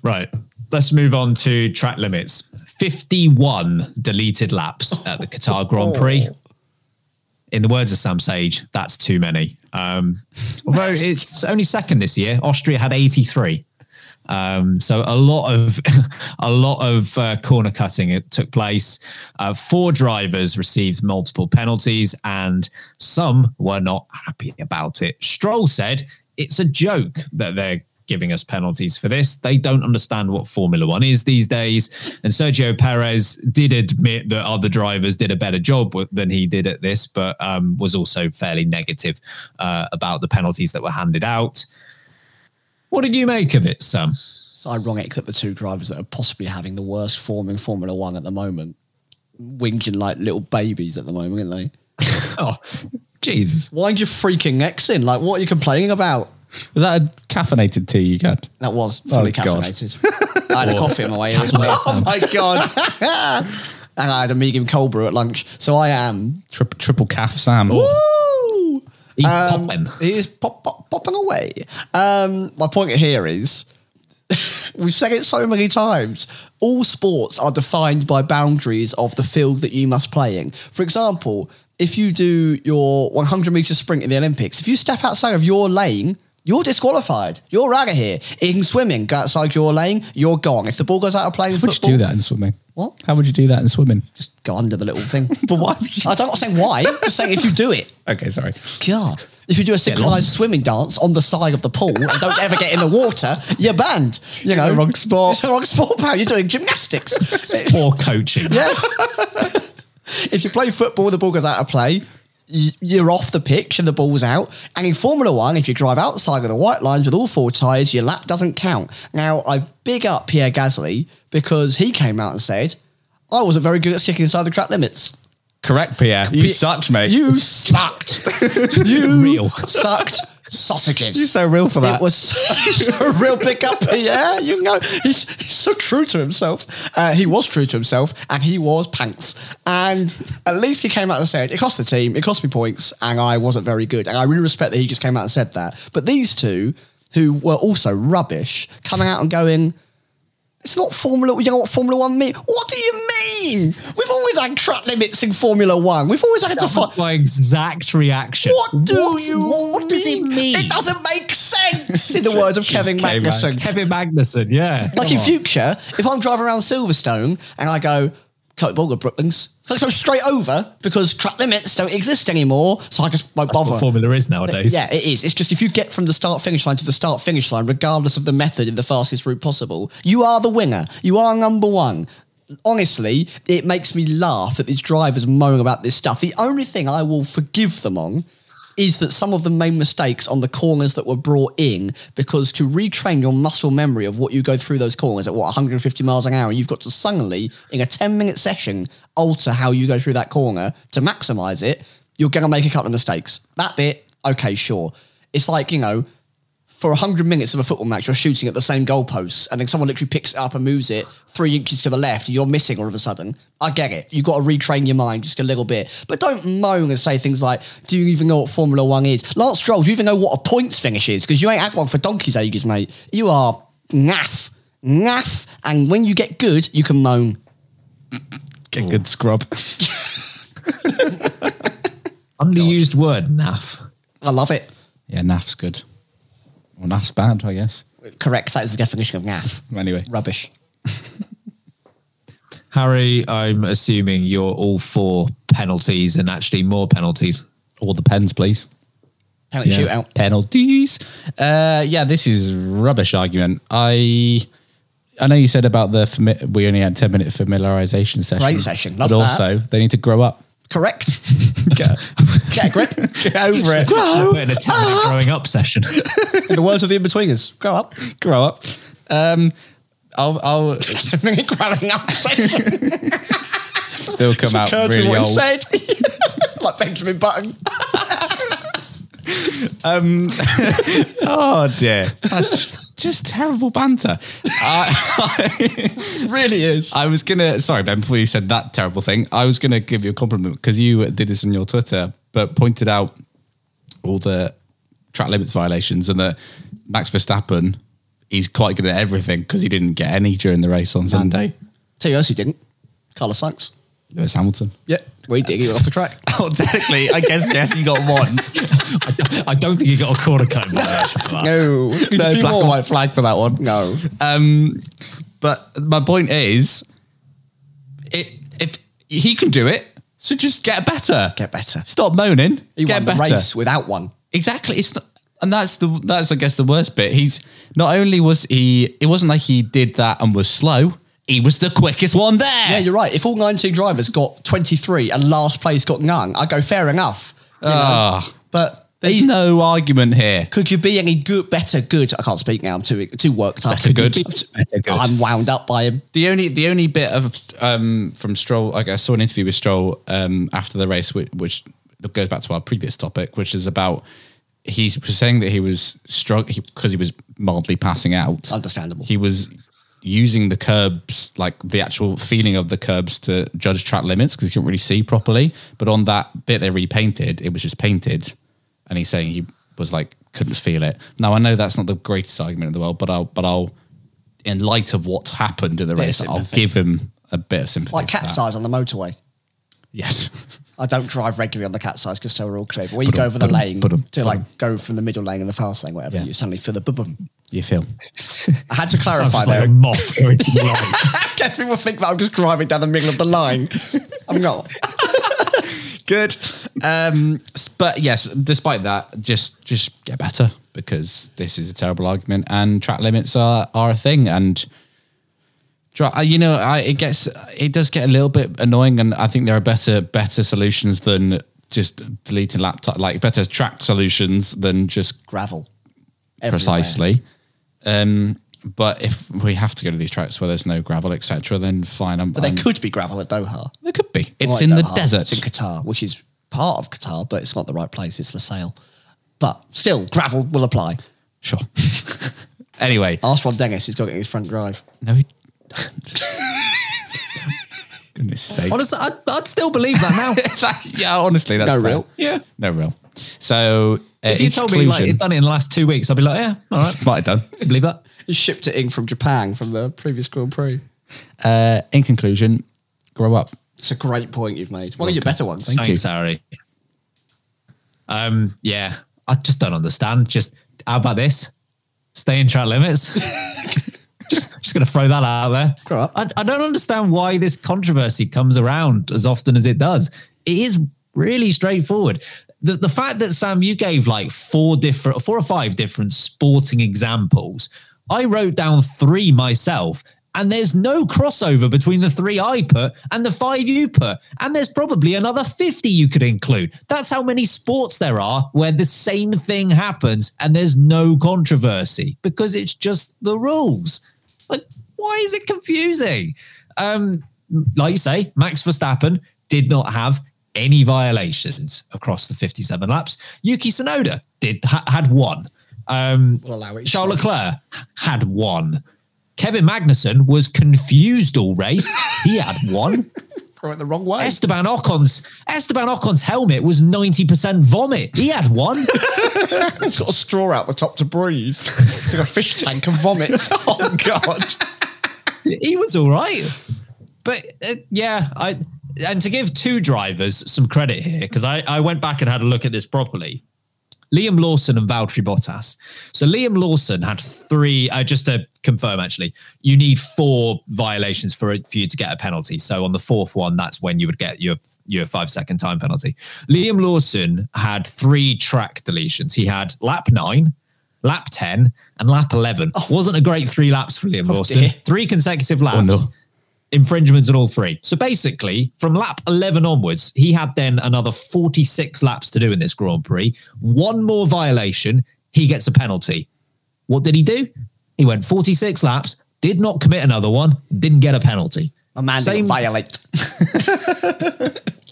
Speaker 4: Right. Let's move on to track limits. 51 deleted laps at the Qatar Grand Prix. In the words of Sam Sage, that's too many. Um, although it's only second this year, Austria had 83. Um, so a lot of a lot of uh, corner cutting it took place. Uh, four drivers received multiple penalties, and some were not happy about it. Stroll said, "It's a joke that they're." Giving us penalties for this. They don't understand what Formula One is these days. And Sergio Perez did admit that other drivers did a better job w- than he did at this, but um, was also fairly negative uh, about the penalties that were handed out. What did you make of it, Sam?
Speaker 5: It's ironic that the two drivers that are possibly having the worst form in Formula One at the moment, whinging like little babies at the moment, aren't they?
Speaker 4: Oh, Jesus.
Speaker 5: Wind your freaking X in. Like, what are you complaining about?
Speaker 6: Was that a caffeinated tea you got?
Speaker 5: That was fully
Speaker 6: Oh, God.
Speaker 5: caffeinated. I had a coffee on my way in as well. Oh my God. and I had a medium cold brew at lunch. So I am.
Speaker 6: Tri- triple calf Sam.
Speaker 5: Woo!
Speaker 4: He's
Speaker 5: Um,
Speaker 4: popping.
Speaker 5: He is pop, pop, popping away. Um, my point here is we've said it so many times. All sports are defined by boundaries of the field that you must play in. For example, if you do your 100 meter sprint in the Olympics, if you step outside of your lane, you're disqualified. You're out of here. In swimming, go outside your lane, you're gone. If the ball goes out of play in
Speaker 6: How would you
Speaker 5: football,
Speaker 6: do that in swimming?
Speaker 5: What?
Speaker 6: How would you do that in swimming?
Speaker 5: just go under the little thing.
Speaker 6: But why?
Speaker 5: I don't know saying why. I'm just saying if you do it,
Speaker 6: okay, sorry.
Speaker 5: God. If you do a synchronized swimming dance on the side of the pool and don't ever get in the water, you're banned. You know,
Speaker 6: the wrong sport.
Speaker 5: It's the wrong sport, pal. You're doing gymnastics.
Speaker 4: Poor coaching.
Speaker 5: yeah. if you play football, the ball goes out of play. y- You're off the pitch and the ball's out. And in Formula One, if you drive outside of the white lines with all four tyres, your lap doesn't count. Now, I big up Pierre Gasly because he came out and said, I wasn't very good at sticking inside the track limits.
Speaker 6: Correct, Pierre. You, sucked, mate.
Speaker 5: You
Speaker 6: sucked.
Speaker 5: You
Speaker 4: Real.
Speaker 5: sucked sausages.
Speaker 6: You're so real for that.
Speaker 5: It was such a real pickup. Yeah, you know, he's, he's so true to himself. Uh, he was true to himself, and he was pants. And at least he came out and said, "It cost the team, it cost me points, and I wasn't very good." And I really respect that he just came out and said that. But these two, who were also rubbish, coming out and going. It's not Formula. You know what Formula One mean? What do you mean? We've always had track limits in Formula One. We've always had to
Speaker 4: That
Speaker 5: fight.
Speaker 4: was my exact reaction.
Speaker 5: What do you
Speaker 4: what
Speaker 5: mean?
Speaker 4: does it mean?
Speaker 5: doesn't make sense in the words of Kevin
Speaker 6: came
Speaker 5: Magnuson.
Speaker 4: Kevin Magnuson, yeah.
Speaker 5: Like in future, if I'm driving around Silverstone and I go, cut ball with Brooklands, I go straight over because track limits don't exist anymore, so I just won't
Speaker 4: That's what
Speaker 5: bother.
Speaker 4: Formula is nowadays.
Speaker 5: Yeah, it is. It's just if you get from the start finish line to the start finish line, regardless of the method in the fastest route possible, you are the winner. You are number one. Honestly, it makes me laugh that these drivers moan about this stuff. The only thing I will forgive them on is that some of them made mistakes on the corners that were brought in because to retrain your muscle memory of what you go through those corners at what 150 miles an hour, you've got to suddenly in a 10 minute session alter how you go through that corner to maximize it. You're going to make a couple of mistakes. That bit, okay, sure. It's like you know, for 100 minutes of a football match, you're shooting at the same goalposts, and then someone literally picks it up and moves it three inches to the left, and you're missing all of a sudden. I get it. You've got to retrain your mind just a little bit. But don't moan and say things like, do you even know what Formula One is? Lance Stroll, do you even know what a points finish is? Because you ain't at one for donkey's ages, mate. You are naff. Naff. And when you get good, you can moan.
Speaker 6: Get good scrub.
Speaker 4: Underused word, naff.
Speaker 5: I love it.
Speaker 6: Yeah, naff's good. Well, naff's bad, I guess.
Speaker 5: Correct. That is the definition of naff.
Speaker 6: Anyway,
Speaker 5: rubbish.
Speaker 4: Harry, I'm assuming you're all for penalties and actually more penalties.
Speaker 6: All the pens, please.
Speaker 5: Penalty
Speaker 6: yeah.
Speaker 5: shootout.
Speaker 6: Penalties. Uh, yeah, this is rubbish argument. I I know you said about the fami- we only had ten minute familiarization session.
Speaker 5: Great session. Love
Speaker 6: but
Speaker 5: that.
Speaker 6: also they need to grow up.
Speaker 5: Correct.
Speaker 6: Get,
Speaker 5: Get a grip.
Speaker 6: get over it.
Speaker 5: Grow
Speaker 4: Put in a 10
Speaker 5: Ah!
Speaker 4: minute growing up session.
Speaker 5: In the words of the in-betweeners, grow up.
Speaker 6: grow up. Um, I'll, I'll
Speaker 5: growing up. Session.
Speaker 6: they'll come out
Speaker 5: Occurred to me
Speaker 6: really
Speaker 5: what
Speaker 6: old.
Speaker 5: he said. like Benjamin Button.
Speaker 6: Um, oh dear, that's just terrible banter.
Speaker 5: really is.
Speaker 6: Uh, I was gonna. Sorry, Ben. Before you said that terrible thing, I was gonna give you a compliment because you did this on your Twitter, but pointed out all the track limits violations and that Max Verstappen is quite good at everything because he didn't get any during the race on Sunday.
Speaker 5: Tell you else who didn't. Carlos Sykes.
Speaker 6: Lewis Hamilton.
Speaker 5: Yeah. We did. He went off the track.
Speaker 6: Oh, technically, I guess yes, you got one.
Speaker 4: I don't think you got a corner cone violation for that.
Speaker 5: No.
Speaker 6: no
Speaker 5: few
Speaker 6: black
Speaker 5: more.
Speaker 6: and white flag for that one.
Speaker 5: No.
Speaker 6: Um, but my point is, it if he can do it, so just get better.
Speaker 5: Get better.
Speaker 6: Stop moaning.
Speaker 5: He
Speaker 6: get
Speaker 5: won
Speaker 6: better.
Speaker 5: the race without one.
Speaker 6: Exactly. It's not, and that's the that's I guess the worst bit. He's not only was he it wasn't like he did that and was slow. He was the quickest one there.
Speaker 5: Yeah, you're right. If all 19 drivers got 23 and last place got none, I go fair enough. you know.
Speaker 6: Ah.
Speaker 5: But
Speaker 6: There's
Speaker 5: he's-
Speaker 6: no argument here.
Speaker 5: could you be any good, better good? I can't speak now. I'm too too worked up.
Speaker 6: Better good.
Speaker 5: Better good. I'm wound up by him.
Speaker 6: The only the only bit of um, from Stroll, I guess, I saw an interview with Stroll um, after the race, which, which goes back to our previous topic, which is about he was saying that he was struggling because he was mildly passing out.
Speaker 5: Understandable.
Speaker 6: He was using the curbs, like the actual feeling of the curbs, to judge track limits because he couldn't really see properly. But on that bit they repainted, it was just painted, and he's saying he was like couldn't feel it. Now I know that's not the greatest argument in the world, but I'll but I'll in light of what happened in the
Speaker 5: Bit of
Speaker 6: race, I'll
Speaker 5: sympathy.
Speaker 6: give him a bit of sympathy.
Speaker 5: Like
Speaker 6: for
Speaker 5: cat
Speaker 6: that.
Speaker 5: size on the motorway.
Speaker 6: yes.
Speaker 5: I don't drive regularly on the cat size because so we're all clear. But when you go over the
Speaker 6: ba-dum,
Speaker 5: lane
Speaker 6: ba-dum,
Speaker 5: to like
Speaker 6: ba-dum.
Speaker 5: go from the middle lane and the fast lane, whatever,
Speaker 6: Yeah.
Speaker 5: you suddenly feel the boom.
Speaker 6: You feel
Speaker 5: I had to
Speaker 4: Sounds
Speaker 5: clarify
Speaker 4: just like a
Speaker 5: though.
Speaker 4: moth going to the line.
Speaker 5: Guess people think that I'm just driving down the middle of the line. I'm not.
Speaker 6: good. Um, s- but yes, despite that, just just get better because this is a terrible argument, and track limits are are a thing, and. dri- uh, You know, I, it gets it does get a little bit annoying, and I think there are better better solutions than just deleting laptop, like better track solutions than just
Speaker 5: Gravel. Everywhere.
Speaker 6: precisely. Um, but if we have to go to these tracks where there's no gravel, etc., then fine. I'm,
Speaker 5: But there
Speaker 6: I'm-
Speaker 5: could be gravel at Doha.
Speaker 6: there could be. Um, It's
Speaker 5: Like
Speaker 6: in the
Speaker 5: Doha,
Speaker 6: desert.
Speaker 5: It's in Qatar, which is part of Qatar, but it's not the right place. It's Lusail. But still, gravel will apply.
Speaker 6: Sure. anyway,
Speaker 5: Ask Ron Dennis. He's got it in his front drive.
Speaker 6: no. He... Goodness sake!
Speaker 4: Honestly, I'd, I'd still believe that now.
Speaker 6: yeah, honestly, that's
Speaker 5: No
Speaker 6: fair.
Speaker 5: real.
Speaker 4: Yeah.
Speaker 6: No real. So, uh,
Speaker 4: If you
Speaker 6: in
Speaker 4: told me like,
Speaker 6: conclusion-
Speaker 4: you'd done it in the last two weeks, I'd be like, yeah, all right,
Speaker 6: might have done.
Speaker 4: I believe that.
Speaker 5: He shipped it in from Japan from the previous Grand Prix.
Speaker 6: Uh, in conclusion, grow up.
Speaker 5: It's a great point you've made. One of your better ones.
Speaker 6: Thank you.
Speaker 4: Thanks, Harry. Um, yeah, I just don't understand. Just how about this? Stay in track limits. just, just gonna throw that out there.
Speaker 5: Grow up.
Speaker 4: I, I don't understand why this controversy comes around as often as it does. It is really straightforward. The, the fact that Sam, you gave like four different, four or five different sporting examples. I wrote down three myself, and there's no crossover between the three I put and the five you put. And there's probably another 50 you could include. That's how many sports there are where the same thing happens and there's no controversy because it's just the rules. Like, why is it confusing? Um, like you say, Max Verstappen did not have any violations across the 57 laps. Yuki Tsunoda did ha- had one. Um,
Speaker 5: We'll allow it.
Speaker 4: Charles Leclerc had one. Kevin Magnussen was confused all race. He had one.
Speaker 5: Throw it the wrong way.
Speaker 4: Esteban Ocon's Esteban Ocon's helmet was ninety percent vomit. He had one.
Speaker 5: it's got a straw out the top to breathe. It's like a fish tank of vomit. oh god.
Speaker 4: he was all right. But uh, yeah, I and to give two drivers some credit here because I, I went back and had a look at this properly. Liam Lawson and Valtteri Bottas. So Liam Lawson had three. Uh, just to confirm, actually, you need four violations for it, for you to get a penalty. So on the fourth one, that's when you would get your your five second time penalty. Liam Lawson had three track deletions. He had lap nine, lap ten, and lap eleven. Wasn't a great three laps for Liam Lawson.
Speaker 6: Oh. dear.
Speaker 4: Three consecutive laps
Speaker 6: Oh, no.
Speaker 4: infringements on all three. So basically, from lap 11 onwards, he had then another 46 laps to do in this Grand Prix. One more violation, he gets a penalty. What did he do? He went 46 laps, did not commit another one, didn't get a penalty.
Speaker 5: A man didn't violate.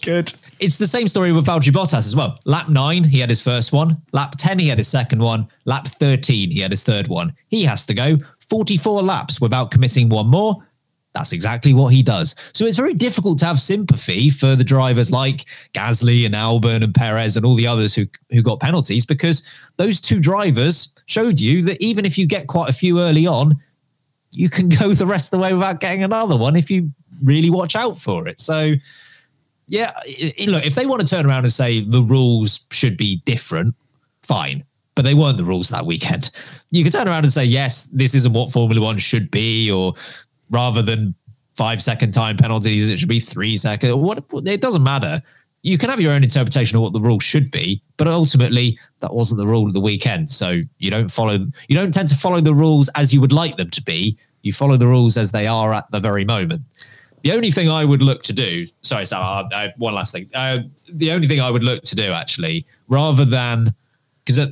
Speaker 5: Good.
Speaker 4: It's the same story with Valtteri Bottas as well. Lap nine, he had his first one. Lap 10, he had his second one. Lap 13, he had his third one. He has to go 44 laps without committing one more. That's exactly what he does. So it's very difficult to have sympathy for the drivers like Gasly and Albon and Perez and all the others who who got penalties because those two drivers showed you that even if you get quite a few early on, you can go the rest of the way without getting another one if you really watch out for it. So yeah, i- i- look, if they want to turn around and say the rules should be different, fine. But they weren't the rules that weekend. You can turn around and say, yes, this isn't what Formula One should be, or rather than five second time penalties, it should be three second. or What it doesn't matter. You can have your own interpretation of what the rule should be, but ultimately that wasn't the rule of the weekend. So you don't follow you don't tend to follow the rules as you would like them to be. You follow the rules as they are at the very moment. The only thing I would look to do, sorry, Sam, I, I, one last thing. Uh, the only thing I would look to do, actually, rather than uh, because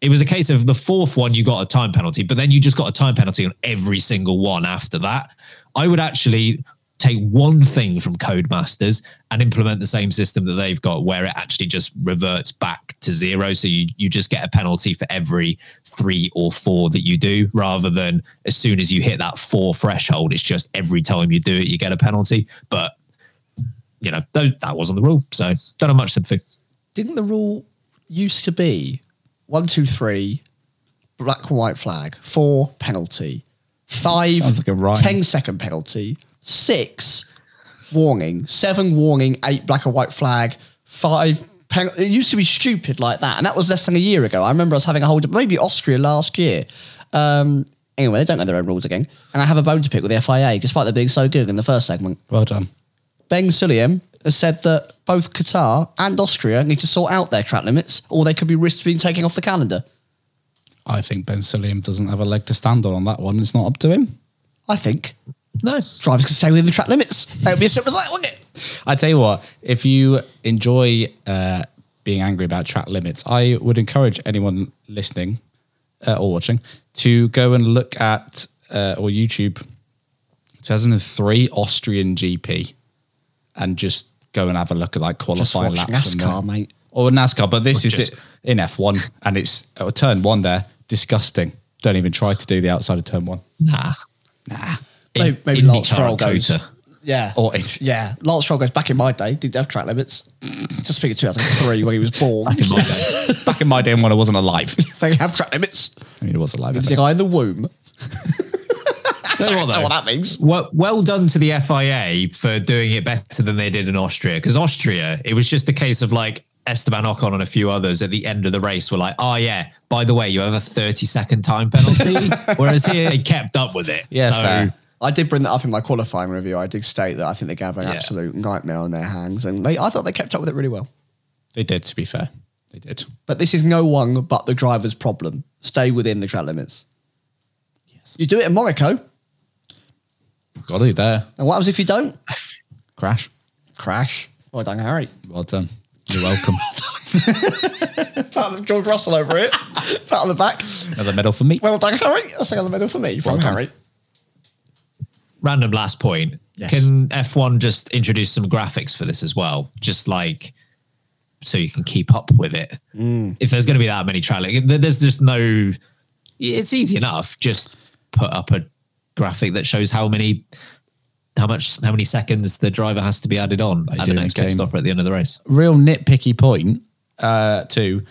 Speaker 4: it was a case of the fourth one, you got a time penalty, but then you just got a time penalty on every single one after that. I would actually take one thing from Codemasters and implement the same system that they've got, where it actually just reverts back to zero. So you you just get a penalty for every three or four that you do, rather than as soon as you hit that four threshold, it's just every time you do it, you get a penalty. But you know tho- that wasn't the rule, so don't have much sympathy.
Speaker 5: Didn't the rule used to be one, two, three, black and white flag, four penalty, five,
Speaker 6: Sounds like a rhyme.
Speaker 5: 10 second penalty, six warning, seven warning, eight black and white flag, five penalty. It used to be stupid like that, and that was less than a year ago. I remember I was having a whole maybe Austria last year. Um, anyway, they don't know their own rules again, and I have a bone to pick with the FIA, despite them being so good in the first segment.
Speaker 6: Well done.
Speaker 5: Ben Silliam has said that both Qatar and Austria need to sort out their track limits, or they could be risked being taken off the calendar.
Speaker 6: I think Ben Silliam doesn't have a leg to stand on on that one. It's not up to him.
Speaker 5: I think
Speaker 4: No,
Speaker 5: drivers can stay within the track limits. That would be as simple as that, wouldn't it?
Speaker 6: I tell you what, if you enjoy uh, being angry about track limits, I would encourage anyone listening uh, or watching to go and look at uh, or YouTube 2003 Austrian GP and just go and have a look at like
Speaker 5: Just
Speaker 6: qualifying
Speaker 5: watch
Speaker 6: laps. and uh,
Speaker 5: NASCAR,
Speaker 6: that.
Speaker 5: mate.
Speaker 6: Or NASCAR, but this
Speaker 4: Or
Speaker 6: is
Speaker 4: just-
Speaker 6: it in F1 and it's oh, turn one there. Disgusting. Don't even try to do the outside of turn one.
Speaker 4: nah, nah.
Speaker 5: Maybe- maybe Lance Stroll goes. Yeah.
Speaker 6: Or it's
Speaker 5: yeah. Lance Stroll goes back in my day, didn't have track limits. Just speaking 2003 when he was born.
Speaker 6: back in my day when I wasn't alive.
Speaker 5: they have track limits.
Speaker 6: I mean, it was alive. I
Speaker 5: If
Speaker 6: think.
Speaker 5: the guy in the womb.
Speaker 4: Tell you what,
Speaker 5: know
Speaker 4: though.
Speaker 5: what that means.
Speaker 4: Well, well done to the FIA for doing it better than they did in Austria. Because Austria, it was just a case of like Esteban Ocon and a few others at the end of the race were like, "Oh yeah, by the way, you have a thirty-second time penalty." Whereas here, they kept up with it.
Speaker 6: Yeah, fair.
Speaker 5: I did bring that up in my qualifying review. I did state that I think they gave an
Speaker 4: Yeah.
Speaker 5: absolute nightmare on their hands, and they, I thought they kept up with it really well.
Speaker 6: They did, to be fair. They did.
Speaker 5: But this is no one but the driver's problem. Stay within the track limits. Yes. You do it in Monaco,
Speaker 6: Got it there.
Speaker 5: and what happens if you don't?
Speaker 6: Crash.
Speaker 5: Crash. Well done, Harry.
Speaker 6: Well done. You're welcome.
Speaker 5: Pat of George Russell over it. Pat on the back.
Speaker 6: Another medal for me.
Speaker 5: Well done, Harry. That's another medal for me from
Speaker 6: Well done.
Speaker 5: Harry.
Speaker 4: Random last point.
Speaker 5: Yes.
Speaker 4: Can F1 just introduce some graphics for this as well? Just like so you can keep up with it.
Speaker 6: Mm.
Speaker 4: If there's going to be that many traffic, th- there's just no. It's easy enough. Just put up a graphic that shows how many, how much, how many seconds the driver has to be added on at
Speaker 6: do
Speaker 4: the
Speaker 6: in
Speaker 4: next
Speaker 6: the
Speaker 4: pit
Speaker 6: game.
Speaker 4: stop or at the end of the race.
Speaker 6: real nitpicky point uh, too.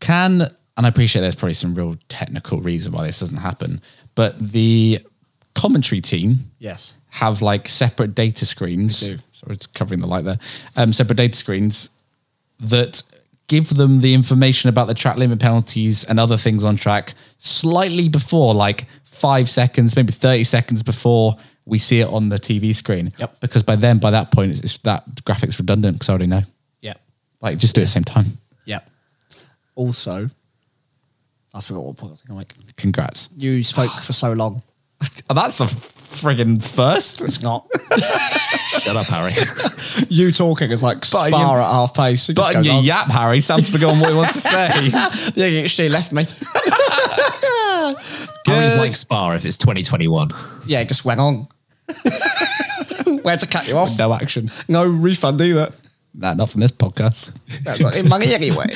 Speaker 6: Can and I appreciate there's probably some real technical reason why this doesn't happen, but the commentary team
Speaker 5: Yes.
Speaker 6: have like separate data screens.
Speaker 5: They do.
Speaker 6: Sorry, it's covering the light there. Um, separate data screens that give them the information about the track limit penalties and other things on track slightly before, like five seconds, maybe thirty seconds before we see it on the TV screen. Yep. Because by then, by that point, it's, it's that graphic's redundant because I already know.
Speaker 5: Yep.
Speaker 6: Like just do it at the same time.
Speaker 5: Yep. Also, I forgot what point I was going to make.
Speaker 6: Congrats.
Speaker 5: You spoke for so long.
Speaker 6: Oh, That's a friggin' first.
Speaker 5: It's not.
Speaker 4: Shut up, Harry.
Speaker 5: you talking is like spar
Speaker 6: Button your-
Speaker 5: at half pace. It just
Speaker 6: Button
Speaker 5: goes
Speaker 6: your
Speaker 5: on.
Speaker 6: yap, Harry. Sam's forgotten what he wants to say.
Speaker 5: yeah, you actually left me.
Speaker 4: Harry's like Spa if it's 2021.
Speaker 5: Yeah, it just went on. Where to cut you off?
Speaker 6: No action.
Speaker 5: No refund either.
Speaker 6: Nah, not from this podcast.
Speaker 5: That's not in money anyway.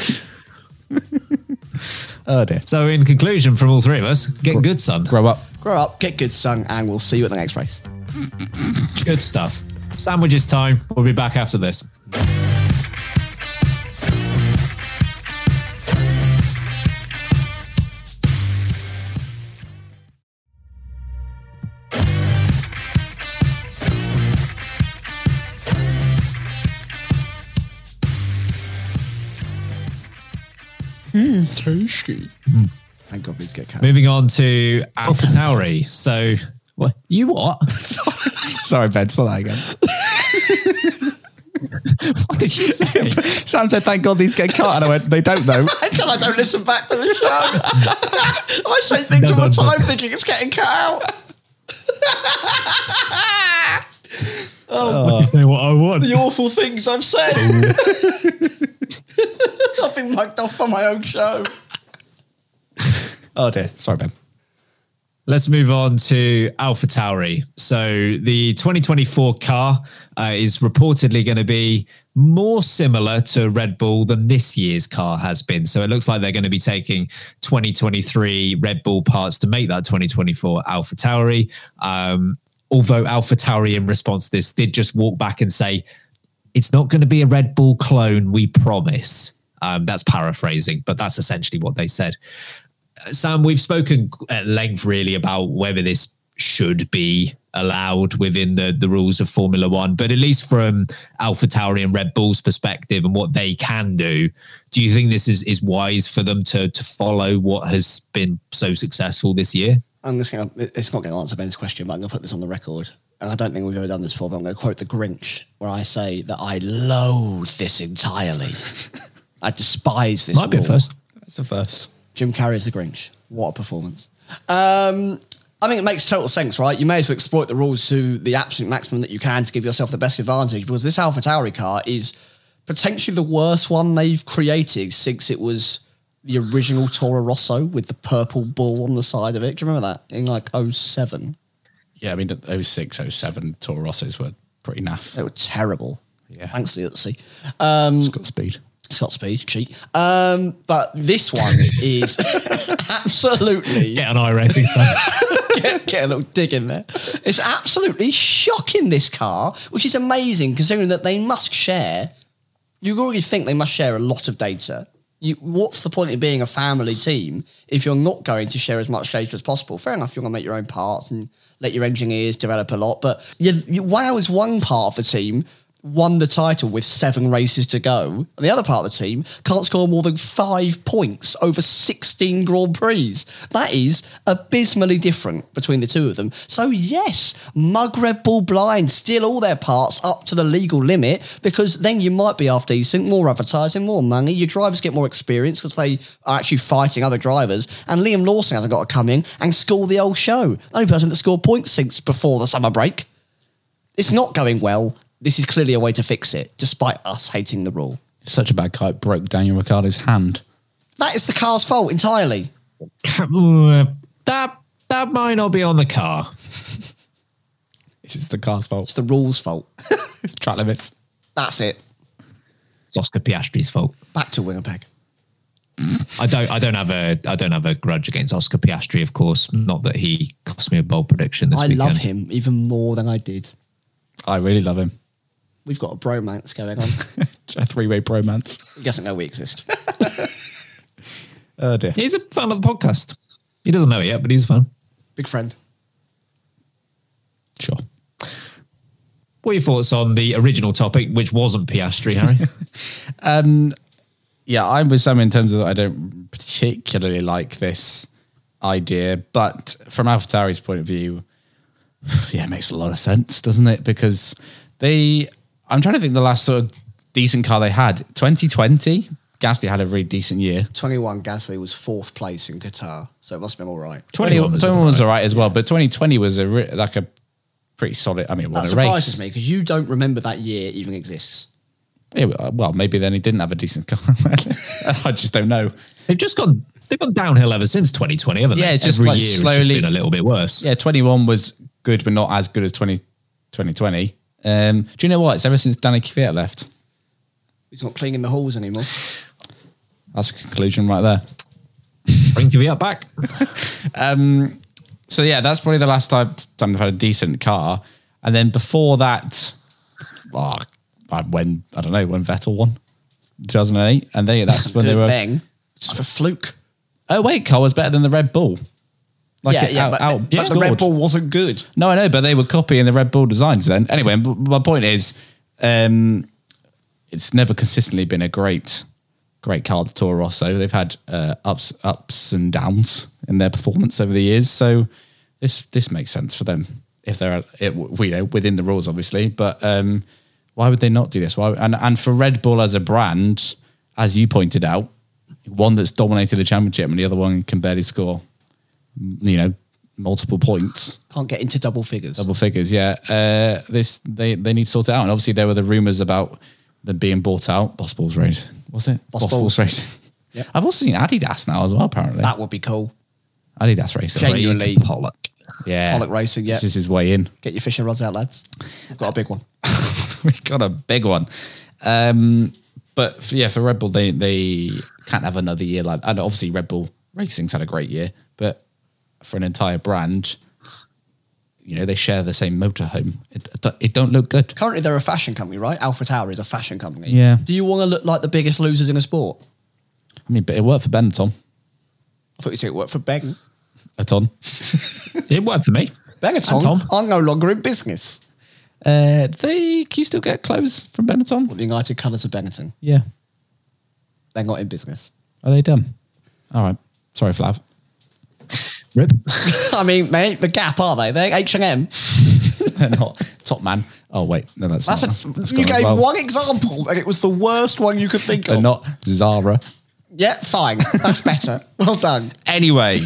Speaker 6: Oh dear.
Speaker 4: So, in conclusion, from all three of us, get good, son.
Speaker 6: Grow up.
Speaker 5: Grow up, get good, son, and we'll see you at the next race.
Speaker 4: Good stuff. Sandwiches time. We'll be back after this.
Speaker 5: Toasty. Thank God we get cut.
Speaker 4: Moving on to Alpha Tauri. So, what you what?
Speaker 6: Sorry, Ben. Say that again.
Speaker 4: what did you say?
Speaker 6: Sam said, "Thank God these get cut," and I went, "They don't know."
Speaker 5: Until I don't listen back to the show. I say things
Speaker 4: No,
Speaker 5: all the
Speaker 4: no, no.
Speaker 5: time thinking it's getting cut out.
Speaker 4: I can say what I want.
Speaker 5: The awful things I've said. I've been mugged off by my own show.
Speaker 6: Oh dear. Sorry, Ben.
Speaker 4: Let's move on to Alpha Tauri. So the 2024 car uh, is reportedly going to be more similar to Red Bull than this year's car has been. So it looks like they're going to be taking 2023 Red Bull parts to make that 2024 Alpha Tauri. Um, although Alpha Tauri, in response to this, did just walk back and say, it's not going to be a Red Bull clone, we promise. Um, that's paraphrasing, but that's essentially what they said. Sam, we've spoken at length really about whether this should be allowed within the, the rules of Formula One, but at least from Alpha Tauri and Red Bull's perspective and what they can do, do you think this is, is wise for them to to follow what has been so successful this year?
Speaker 5: I'm just going to, it's not going to answer Ben's question, but I'm going to put this on the record. And I don't think we've ever done this before, but I'm going to quote the Grinch, where I say that I loathe this entirely. I despise this.
Speaker 4: Might be a
Speaker 5: rule.
Speaker 4: first.
Speaker 6: That's the first.
Speaker 5: Jim Carrey is the Grinch. What a performance. Um, I think it makes total sense, right? You may as well exploit the rules to the absolute maximum that you can to give yourself the best advantage because this Alpha Tauri car is potentially the worst one they've created since it was the original Toro Rosso with the purple bull on the side of it. Do you remember that? In like 07.
Speaker 6: Yeah, I mean, 06, 07 Toro Rossos were pretty naff. Mm.
Speaker 5: They were terrible.
Speaker 6: Yeah.
Speaker 5: Thanks, Lucy.
Speaker 6: It's got speed.
Speaker 5: Scott Speed, cheat. Um, but this one is absolutely
Speaker 4: Get an iRacing, Sam.
Speaker 5: get, get a little dig in there. It's absolutely shocking this car, which is amazing considering that they must share. You already think they must share a lot of data. You, what's the point of being a family team if you're not going to share as much data as possible? Fair enough, you're going to make your own parts and let your engineers develop a lot, but you, you, wow is one part of the team won the title with seven races to go, and the other part of the team can't score more than five points over 16 Grand Prix. That is abysmally different between the two of them. So, yes, mug Red Bull blind, steal all their parts up to the legal limit because then you might be half decent, more advertising, more money. Your drivers get more experience because they are actually fighting other drivers. And Liam Lawson hasn't got to come in and score the old show. The only person that scored points since before the summer break it's not going well. This is clearly a way to fix it, despite us hating the rule.
Speaker 6: Such a bad car, it broke Daniel Ricciardo's hand.
Speaker 5: That is the car's fault entirely.
Speaker 4: that that might not be on the car.
Speaker 6: It's the car's fault.
Speaker 5: It's the rule's fault.
Speaker 6: It's track limits.
Speaker 5: That's it.
Speaker 4: It's Oscar Piastri's fault.
Speaker 5: Back to Winnipeg.
Speaker 4: I don't. I don't have a. I don't have a grudge against Oscar Piastri, of course. Not that he cost me a bold prediction this
Speaker 5: I
Speaker 4: weekend.
Speaker 5: love him even more than I did.
Speaker 6: I really love him.
Speaker 5: We've got a bromance going on.
Speaker 6: A three way bromance.
Speaker 5: he doesn't know we exist.
Speaker 6: Oh dear.
Speaker 4: He's a fan of the podcast. He doesn't know it yet, but he's a fan.
Speaker 5: Big friend.
Speaker 6: Sure.
Speaker 4: What are your thoughts on the original topic, which wasn't Piastri, Harry?
Speaker 6: Um, yeah, I'm with Sam in terms of I don't particularly like this idea, but from AlphaTauri's point of view, yeah, it makes a lot of sense, doesn't it? Because they, I'm trying to think the last sort of decent car they had, 2020. Gasly had a really decent year.
Speaker 5: 21 Gasly was fourth place in Qatar, so it must have been all right.
Speaker 6: 21 was, all right as well, but 2020 was a re- like a pretty solid. I mean, it
Speaker 5: That
Speaker 6: was a
Speaker 5: surprises
Speaker 6: race.
Speaker 5: me because you don't remember that year even exists.
Speaker 6: Yeah, well, maybe then he didn't have a decent car. I just don't know.
Speaker 4: They've just gone. They've gone downhill ever since 2020, haven't they?
Speaker 6: Yeah, it's just
Speaker 4: Every
Speaker 6: like
Speaker 4: year it's
Speaker 6: slowly-
Speaker 4: just been a little bit worse.
Speaker 6: Yeah, 21 was good, but not as good as 20, 2020. Um, do you know what? It's ever since Danny Kvyat left.
Speaker 5: He's not cleaning the halls anymore.
Speaker 6: That's a conclusion right there.
Speaker 4: Bring Kvyat back.
Speaker 6: um, so yeah, that's probably the last time, time I've had a decent car. And then before that, oh, I- when I don't know when Vettel won, 2008, and they that's when they
Speaker 5: Good
Speaker 6: were.
Speaker 5: bang. Just for fluke.
Speaker 6: Oh wait, car was better than the Red Bull. Like
Speaker 5: yeah,
Speaker 6: it
Speaker 5: yeah,
Speaker 6: out,
Speaker 5: but,
Speaker 6: out
Speaker 5: but the Red
Speaker 6: scored.
Speaker 5: Bull wasn't good.
Speaker 6: No, I know, but they were copying the Red Bull designs then. Anyway, b- my point is, um, it's never consistently been a great, great car to Toro Rosso. They've had uh, ups, ups and downs in their performance over the years. So this this makes sense for them if they're it, we know within the rules, obviously. But um, why would they not do this? Why and and for Red Bull as a brand, as you pointed out, one that's dominated the championship and the other one can barely score, you know, multiple points
Speaker 5: Can't get into double figures.
Speaker 6: double figures. Yeah, uh, this they they need to sort it out. And obviously, there were the rumors about them being bought out. Boss Balls race, was it?
Speaker 5: Boss Balls.
Speaker 6: race. I've also seen Adidas now as well. Apparently,
Speaker 5: That would be cool.
Speaker 6: Adidas racing.
Speaker 5: Genuinely.
Speaker 4: Pollock.
Speaker 6: Yeah,
Speaker 5: Pollock Racing, yeah.
Speaker 6: This is his way in.
Speaker 5: Get your fishing rods out, lads. We've got a big one.
Speaker 6: we got a big one. Um, but f- yeah, for Red Bull, they they can't have another year like. And obviously, Red Bull Racing's had a great year, but for an entire brand, you know, they share the same motorhome. It, it don't look good.
Speaker 5: Currently, they're a fashion company, right? Alpha Tower is a fashion company.
Speaker 6: Yeah.
Speaker 5: Do you want to look like the biggest losers in a sport?
Speaker 6: I mean, but it worked for Benetton.
Speaker 5: I thought you said it worked for Beng.
Speaker 6: A ton.
Speaker 4: It worked for me.
Speaker 5: Benetton are no longer in business.
Speaker 6: Uh, they can you still get clothes from Benetton?
Speaker 5: Well, the United Colours of Benetton.
Speaker 6: Yeah.
Speaker 5: They're not in business.
Speaker 6: Are they done? All right. Sorry, Flav.
Speaker 4: Rip.
Speaker 5: I mean, they ain't the Gap, are they? They ain't H&M.
Speaker 6: They're not top man. Oh wait, no, that's
Speaker 5: That's
Speaker 6: not,
Speaker 5: a,
Speaker 6: that's
Speaker 5: you
Speaker 6: gone as
Speaker 5: gave
Speaker 6: well.
Speaker 5: one example and it was the worst one you could think
Speaker 6: They're
Speaker 5: of.
Speaker 6: not Zara.
Speaker 5: Yeah, fine. That's better. Well done.
Speaker 6: Anyway,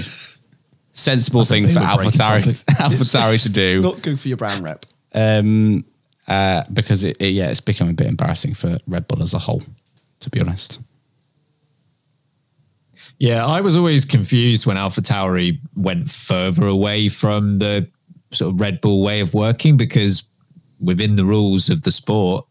Speaker 6: sensible thing for
Speaker 4: we're breaking
Speaker 6: AlphaTauri AlphaTauri to do
Speaker 5: Not good for your brown rep.
Speaker 6: um, uh, because it, it- yeah, it's become a bit embarrassing for Red Bull as a whole. To be honest,
Speaker 4: Yeah, I was always confused when AlphaTauri went further away from the sort of Red Bull way of working because within the rules of the sport,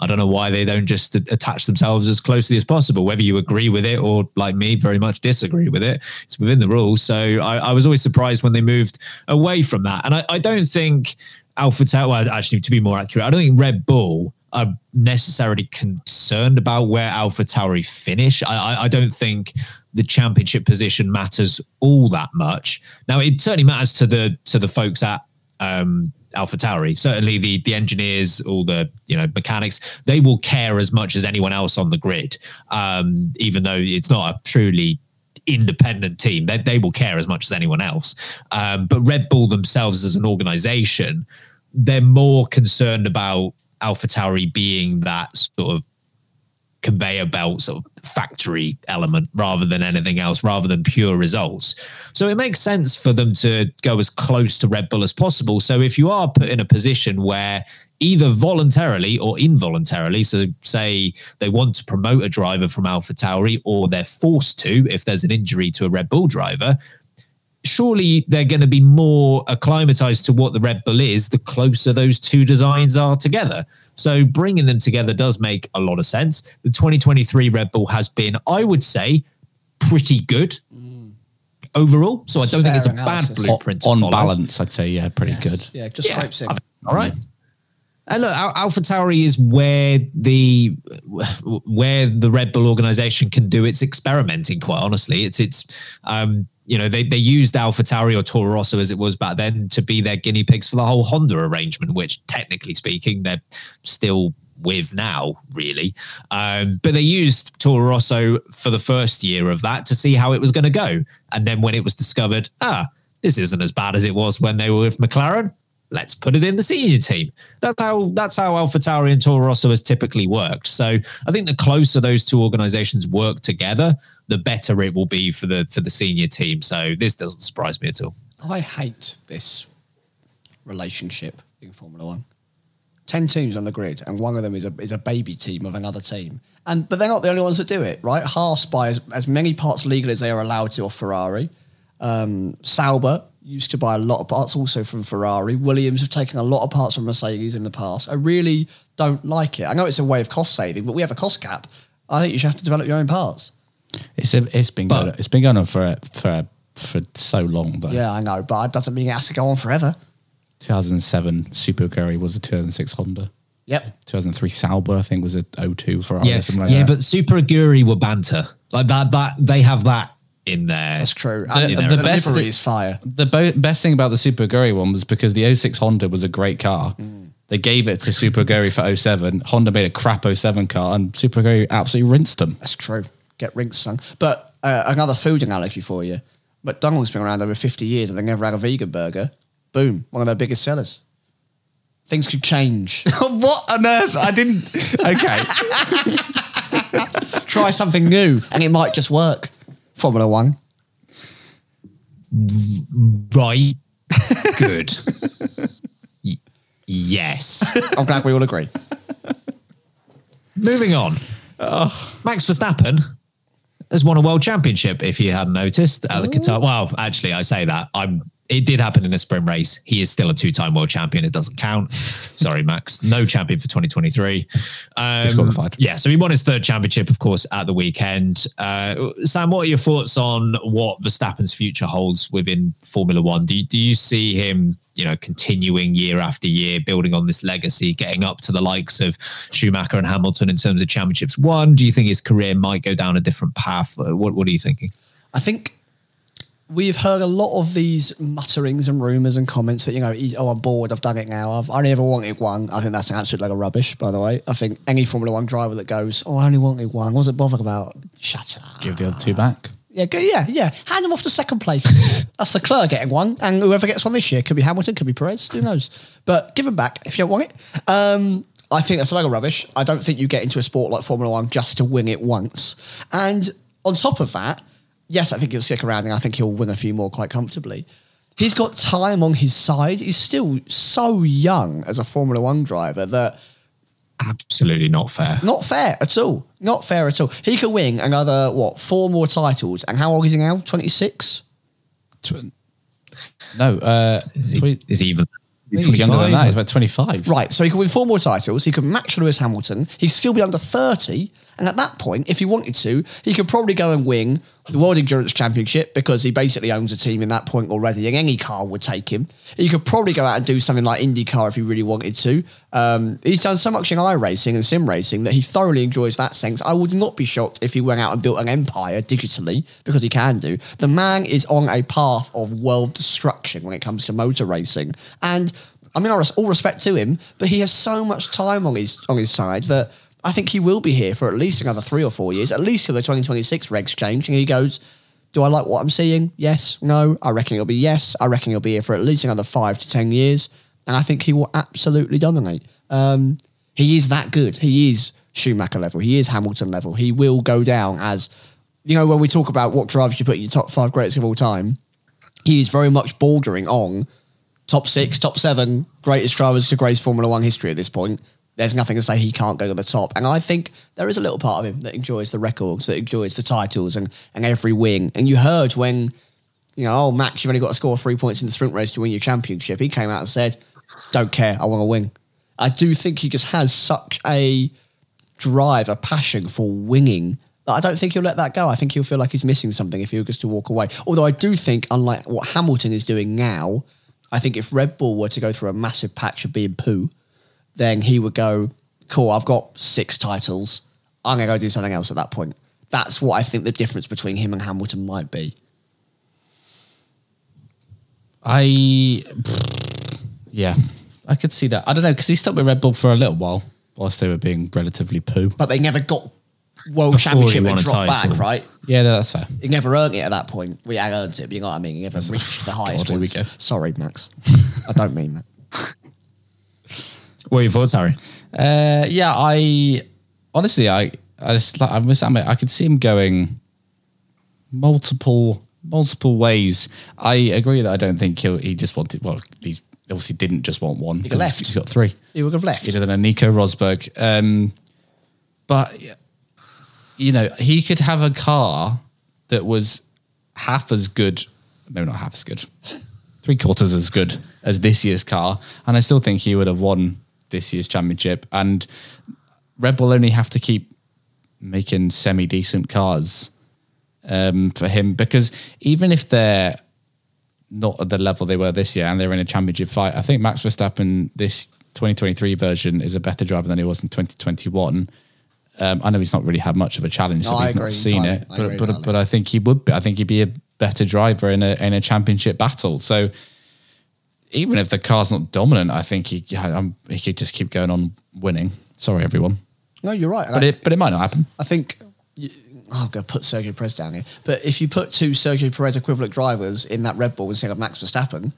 Speaker 4: I don't know why they don't just a- attach themselves as closely as possible, whether you agree with it or, like me, very much disagree with it. It's within the rules. So I, I was always surprised when they moved away from that. And I, I don't think AlphaTauri, well, actually, to be more accurate, I don't think Red Bull are necessarily concerned about where AlphaTauri finish. I, I, I don't think the championship position matters all that much. Now, it certainly matters to the to the folks at um, AlphaTauri. Certainly, the the engineers, all the you know mechanics, they will care as much as anyone else on the grid. Um, even though it's not a truly independent team, they, they will care as much as anyone else. Um, but Red Bull themselves, as an organization, they're more concerned about AlphaTauri being that sort of conveyor belt sort of factory element rather than anything else, rather than pure results. So it makes sense for them to go as close to Red Bull as possible. So if you are put in a position where either voluntarily or involuntarily, so say they want to promote a driver from AlphaTauri or they're forced to if there's an injury to a Red Bull driver, surely they're going to be more acclimatized to what the Red Bull is the closer those two designs are together. So bringing them together does make a lot of sense. The 2023 Red Bull has been, I would say, pretty good overall. So I don't think
Speaker 6: Mm. Fair
Speaker 4: it's a
Speaker 6: analysis.
Speaker 4: bad blueprint to
Speaker 6: On
Speaker 4: follow.
Speaker 6: balance, I'd say, yeah, pretty good.
Speaker 5: Yeah, just scrapes in.
Speaker 4: All right. And look, Al- Alpha Tauri is where the where the Red Bull organization can do its experimenting. Quite honestly, it's it's um, you know they they used Alpha Tauri or Toro Rosso as it was back then to be their guinea pigs for the whole Honda arrangement, which technically speaking they're still with now, really. Um, but they used Toro Rosso for the first year of that to see how it was going to go, and then when it was discovered, ah, this isn't as bad as it was when they were with McLaren let's put it in the senior team. That's how that's how AlphaTauri and Toro Rosso has typically worked. So I think the closer those two organizations work together, the better it will be for the for the senior team. So this doesn't surprise me at all.
Speaker 5: I hate this relationship in Formula One. Ten teams on the grid, and one of them is a is a baby team of another team. And but they're not the only ones that do it, right? Haas buy as, as many parts legal as they are allowed to, or Ferrari. Um, Sauber used to buy a lot of parts also from Ferrari. Williams have taken a lot of parts from Mercedes in the past. I really don't like it. I know it's a way of cost saving, but we have a cost cap. I think you should have to develop your own parts.
Speaker 6: It's it's been going, it's been going on for for for so long though.
Speaker 5: Yeah, I know, but that doesn't mean it has to go on forever.
Speaker 6: 2007 Supercurry was a 2006 Honda.
Speaker 5: Yep.
Speaker 6: 2003 Sauber I think was a 02 Ferrari
Speaker 4: yeah,
Speaker 6: or something like
Speaker 4: yeah,
Speaker 6: that.
Speaker 4: but Super Aguri were banter like that. That they have that in there. That's
Speaker 5: true.
Speaker 6: The- the best
Speaker 5: livery is fire.
Speaker 6: The bo- best thing about the Super Gurry one was because the 06 Honda was a great car. They gave it to Super Gurry for 07. Honda made a crap 07 car and Super Gurry absolutely rinsed them.
Speaker 5: That's true. Get rinks sung. But uh, another food analogy for you. McDonald's been around over 50 years and they never had a vegan burger. Boom, one of their biggest sellers. Things could change. what on earth? I didn't. Okay. Try something new and it might just work. Formula One.
Speaker 4: Right. Good. Y- yes.
Speaker 5: I'm glad we all agree.
Speaker 4: Moving on. Max Verstappen has won a world championship, if you hadn't noticed, at the Qatar. Well, actually, I say that. I'm it did happen in a sprint race. He is still a two-time world champion. It doesn't count. Sorry, Max. No champion for 2023. Um,
Speaker 6: Disqualified.
Speaker 4: Yeah, so he won his third championship, of course, at the weekend. Uh, Sam, what are your thoughts on what Verstappen's future holds within Formula One? Do you, do you see him, you know, continuing year after year, building on this legacy, getting up to the likes of Schumacher and Hamilton in terms of championships won? Do you think his career might go down a different path? Uh, What What are you thinking?
Speaker 5: I think we've heard a lot of these mutterings and rumours and comments that, you know, he's, oh, I'm bored, I've done it now, I've I only ever wanted one. I think that's an absolute load of rubbish, by the way. I think any Formula One driver that goes, oh, I only wanted one, what's it bothered about? Shut up.
Speaker 6: Give the other two back.
Speaker 5: Yeah, go- yeah, yeah. Hand them off to second place. That's the Leclerc getting one, and whoever gets one this year could be Hamilton, could be Perez. Who knows? But give them back if you don't want it. Um, I think that's a load of rubbish. I don't think you get into a sport like Formula One just to win it once. And on top of that, yes, I think he'll stick around, and I think he'll win a few more quite comfortably. He's got time on his side. He's still so young as a Formula One driver that
Speaker 4: Absolutely not fair.
Speaker 5: not fair at all. Not fair at all. He could win another what four more titles, and how old is he now? Twenty six.
Speaker 6: Tw- No, uh,
Speaker 4: Is he, is he even?
Speaker 6: I think he's younger than that. He's about 25.
Speaker 5: Right, so he could win four more titles. He could match Lewis Hamilton. He'd still be under 30. And at that point, if he wanted to, he could probably go and win the World Endurance Championship because he basically owns a team in that point already, and any car would take him. He could probably go out and do something like IndyCar if he really wanted to. Um, he's done so much in iRacing and sim racing that he thoroughly enjoys that sense. I would not be shocked if he went out and built an empire digitally because he can do. The man is on a path of world destruction when it comes to motor racing. And I mean, I res- all respect to him, but he has so much time on his on his side that I think he will be here for at least another three or four years, at least till the 2026 regs change. And he goes, "Do I like what I'm seeing? Yes, no. I reckon it'll be yes. I reckon he'll be here for at least another five to ten years, and I think he will absolutely dominate. Um, he is that good. He is Schumacher level. He is Hamilton level. He will go down as, you know, when we talk about what drivers you put in your top five greatest of all time, he is very much bordering on top six, top seven greatest drivers to grace Formula One history at this point. There's nothing to say he can't go to the top. And I think there is a little part of him that enjoys the records, that enjoys the titles and, and every win. And you heard when, you know, oh, Max, you've only got to score three points in the sprint race to win your championship. He came out and said, don't care, I want to win. I do think he just has such a drive, a passion for winning. that I don't think he'll let that go. I think he'll feel like he's missing something if he was to walk away. Although I do think, unlike what Hamilton is doing now, I think if Red Bull were to go through a massive patch of being poo, then he would go, cool, I've got six titles. I'm going to go do something else at that point. That's what I think the difference between him and Hamilton might be.
Speaker 6: I, yeah, I could see that. I don't know because he stuck with Red Bull for a little while whilst they were being relatively poo.
Speaker 5: But they never got world
Speaker 6: Before he
Speaker 5: championship
Speaker 6: won
Speaker 5: and
Speaker 6: a
Speaker 5: dropped
Speaker 6: title.
Speaker 5: back, right?
Speaker 6: Yeah, no, that's fair.
Speaker 5: He never earned it at that point. We had earned it, but you know what I mean? He never reached the highest.
Speaker 6: here we
Speaker 5: ones. Sorry, Max. I don't mean that.
Speaker 4: What are your thoughts, Harry?
Speaker 6: Uh, yeah, I honestly, I, I just, like, I'm with Sam. I could see him going multiple, multiple ways. I agree that I don't think he he just wanted. Well, he obviously didn't just want one.
Speaker 5: He
Speaker 6: because
Speaker 5: left.
Speaker 6: He's got three.
Speaker 5: He would have left.
Speaker 6: Either than a Nico Rosberg. Um, but you know, he could have a car that was half as good. No, not half as good. Three quarters as good as this year's car, and I still think he would have won this year's championship. And Red Bull only have to keep making semi decent cars um, for him because even if they're not at the level they were this year and they're in a championship fight, I think Max Verstappen this 2023 version is a better driver than he was in 2021. Um, I know he's not really had much of a challenge, so
Speaker 5: No, I
Speaker 6: we've
Speaker 5: agree
Speaker 6: not seen
Speaker 5: entirely.
Speaker 6: it,
Speaker 5: I
Speaker 6: but
Speaker 5: agree
Speaker 6: but,
Speaker 5: entirely.
Speaker 6: but I think he would be. I think he'd be a better driver in a in a championship battle. So even if the car's not dominant, I think he yeah, I'm, he could just keep going on winning. Sorry, everyone,
Speaker 5: No, you're right. And
Speaker 6: but
Speaker 5: I,
Speaker 6: it but it might not happen.
Speaker 5: I think you, oh, I'm going to put Sergio Perez down here. But if you put two Sergio Perez equivalent drivers in that Red Bull instead of Max Verstappen,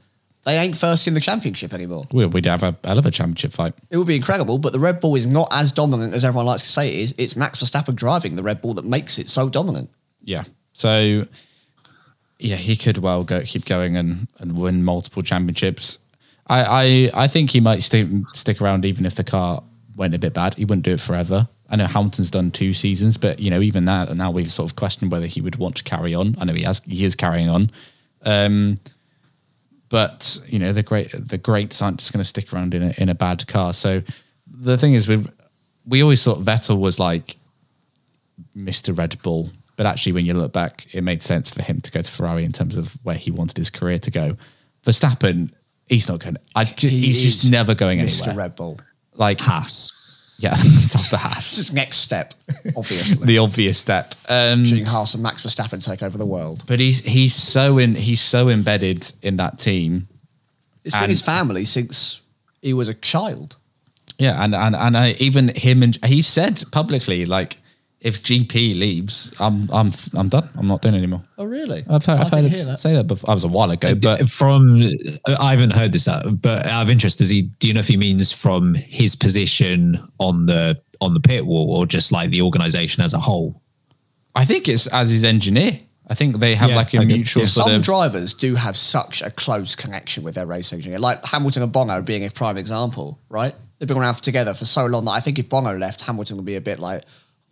Speaker 5: they ain't first in the championship anymore.
Speaker 6: We- We'd have a hell of a championship fight.
Speaker 5: It would be incredible, but the Red Bull is not as dominant as everyone likes to say it is. It's Max Verstappen driving the Red Bull that makes it so dominant.
Speaker 6: Yeah. So yeah, he could well go keep going and, and win multiple championships. I, I I think he might stay, stick around even if the car went a bit bad. He wouldn't do it forever. I know Hamilton's done two seasons, but you know even that now we've sort of questioned whether he would want to carry on. I know he has he is carrying on, um, but you know the great the greats aren't just going to stick around in a in a bad car. So the thing is we we always thought Vettel was like Mr. Red Bull. But actually, when you look back, it made sense for him to go to Ferrari in terms of where he wanted his career to go. Verstappen, he's not going. I ju-
Speaker 5: He
Speaker 6: he's
Speaker 5: is
Speaker 6: just never going
Speaker 5: Mr.
Speaker 6: anywhere.
Speaker 5: Red Bull.
Speaker 6: Like Haas, yeah, it's after Haas,
Speaker 5: Just next step, obviously.
Speaker 6: the obvious step. Um,
Speaker 5: Seeing Haas and Max Verstappen take over the world.
Speaker 6: but he's he's so in he's so embedded in that team.
Speaker 5: It's been
Speaker 6: And-
Speaker 5: his family since he was a child.
Speaker 6: Yeah, and and and I, even him and he said publicly like, if GP leaves, I'm I'm I'm done. I'm not doing it anymore.
Speaker 5: Oh, really?
Speaker 6: I've heard,
Speaker 5: I
Speaker 6: I've heard
Speaker 5: didn't
Speaker 6: him
Speaker 5: hear that.
Speaker 6: say that before. I was a while ago, but
Speaker 4: Uh, from I haven't heard this, uh, but out of interest, does he? Do you know if he means from his position on the on the pit wall, or just like the organisation as a whole?
Speaker 6: I think it's as his engineer. I think they have
Speaker 4: Yeah,
Speaker 6: like a
Speaker 4: I get-
Speaker 6: mutual
Speaker 4: yeah.
Speaker 6: sort
Speaker 5: Some
Speaker 6: of.
Speaker 5: drivers do have such a close connection with their race engineer, like Hamilton and Bono being a prime example, right? They've been around together for so long that I think if Bono left, Hamilton would be a bit like,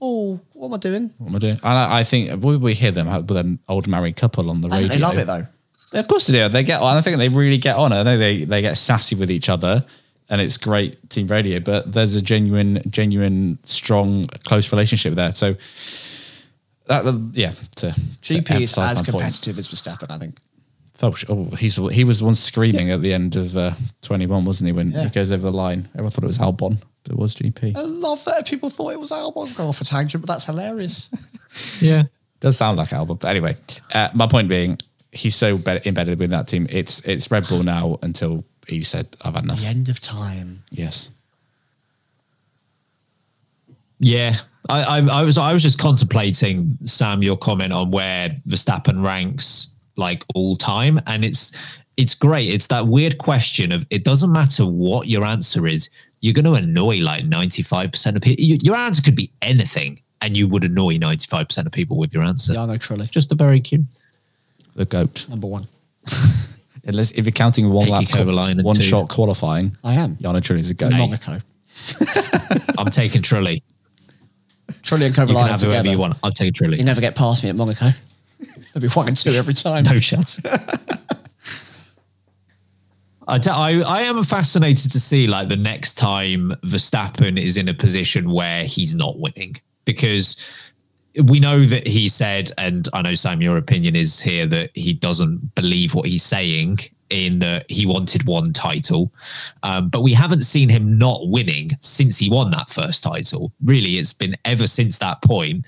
Speaker 5: oh, what am I doing?
Speaker 6: what am I doing? And I, I think we, we hear them have with an old married couple on the
Speaker 5: I
Speaker 6: radio.
Speaker 5: think they love it though.
Speaker 6: Yeah, Of course they do. They get on. I think they really get on. I know they they get sassy with each other, and it's great team radio. But there's a genuine, genuine, strong, close relationship there. So that yeah, to, to
Speaker 5: GP is
Speaker 6: emphasise
Speaker 5: as
Speaker 6: my point.
Speaker 5: competitive as Verstappen, I think.
Speaker 6: Felt sh- Oh, he's he was the one screaming at the end of uh, 21, wasn't he? When
Speaker 5: Yeah.
Speaker 6: he goes over the line, everyone thought it was Albon, but it was GP.
Speaker 5: I love that people thought it was Albon. Go off a tangent, but that's hilarious.
Speaker 4: Yeah,
Speaker 6: Does sound like Albon. But anyway, uh, my point being, he's so be- embedded with that team. It's it's Red Bull now until he said, "I've had enough."
Speaker 5: the end of time.
Speaker 6: Yes.
Speaker 4: Yeah, I, I, I was I was just contemplating Sam your comment on where Verstappen ranks like all time, and it's it's great. It's that weird question of it doesn't matter what your answer is, you're going to annoy like ninety five percent of people. Your answer could be anything, and you would annoy ninety five percent of people with your answer.
Speaker 5: Jarno Trulli,
Speaker 4: Just a very cute.
Speaker 6: The goat.
Speaker 5: number one.
Speaker 6: Unless if you're counting one
Speaker 4: Piggy
Speaker 6: lap,
Speaker 4: Kovalainen
Speaker 6: one
Speaker 4: too.
Speaker 6: shot qualifying,
Speaker 5: I am.
Speaker 6: Yana Trulli's a goat.
Speaker 5: In Monaco.
Speaker 4: I'm taking Trilly.
Speaker 5: Trulli and
Speaker 4: You can have whoever
Speaker 5: Kovalainen together.
Speaker 4: you
Speaker 5: You,
Speaker 4: want. I'll take Trilly.
Speaker 5: never get past me at Monaco. There'll be one and two every time.
Speaker 4: No chance. I, tell- I I am fascinated to see like the next time Verstappen is in a position where he's not winning because we know that he said, and I know Sam, your opinion is here that he doesn't believe what he's saying in that he wanted one title, um, but we haven't seen him not winning since he won that first title. Really, it's been ever since that point.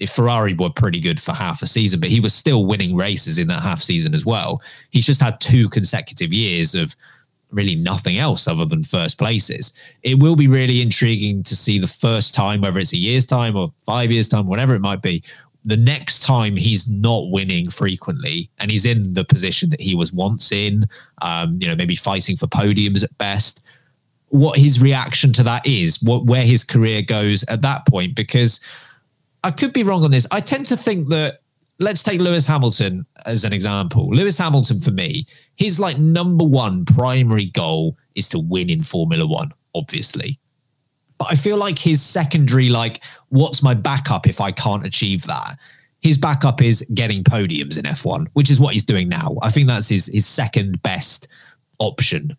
Speaker 4: If Ferrari were pretty good for half a season, but he was still winning races in that half season as well. He's just had two consecutive years of really nothing else other than first places. It will be really intriguing to see the first time, whether it's a year's time or five years' time, whatever it might be, the next time he's not winning frequently and he's in the position that he was once in, um, you know, maybe fighting for podiums at best, what his reaction to that is, what where his career goes at that point, because I could be wrong on this. I tend to think that let's take Lewis Hamilton as an example. Lewis Hamilton for me, his like number one primary goal is to win in Formula 1, obviously. But I feel like his secondary like what's my backup if I can't achieve that? His backup is getting podiums in F1, which is what he's doing now. I think that's his his second best option.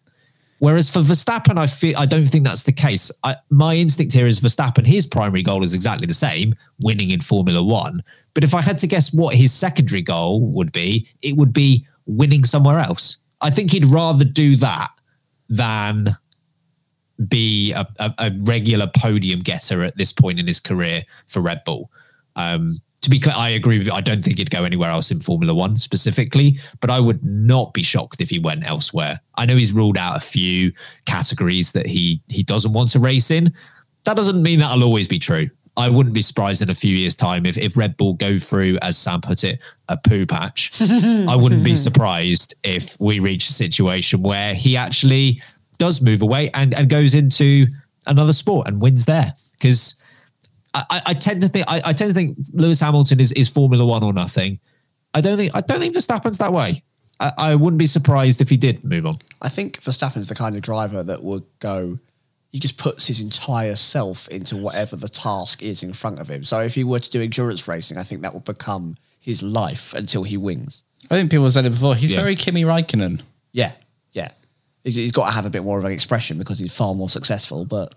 Speaker 4: Whereas for Verstappen, I feel I don't think that's the case. I, my instinct here is Verstappen. His primary goal is exactly the same: winning in Formula One. But if I had to guess what his secondary goal would be, it would be winning somewhere else. I think he'd rather do that than be a, a, a regular podium getter at this point in his career for Red Bull. Um, to be clear, I agree with you. I don't think he'd go anywhere else in Formula One specifically, but I would not be shocked if he went elsewhere. I know he's ruled out a few categories that he he doesn't want to race in. That doesn't mean that'll always be true. I wouldn't be surprised in a few years' time if, if Red Bull go through, as Sam put it, a poo patch. I wouldn't be surprised if we reach a situation where he actually does move away and, and goes into another sport and wins there. Because I, I- I tend to think I, I tend to think Lewis Hamilton is, is Formula One or nothing. I don't think I don't think Verstappen's that way. I, I wouldn't be surprised if he did move on.
Speaker 5: I think Verstappen's the kind of driver that will go. He just puts his entire self into whatever the task is in front of him. So if he were to do endurance racing, I think that will become his life until he wins.
Speaker 6: I think people have said it before. He's
Speaker 5: Yeah.
Speaker 6: very Kimi Raikkonen.
Speaker 5: Yeah, yeah. He's- he's got to have a bit more of an expression because he's far more successful. But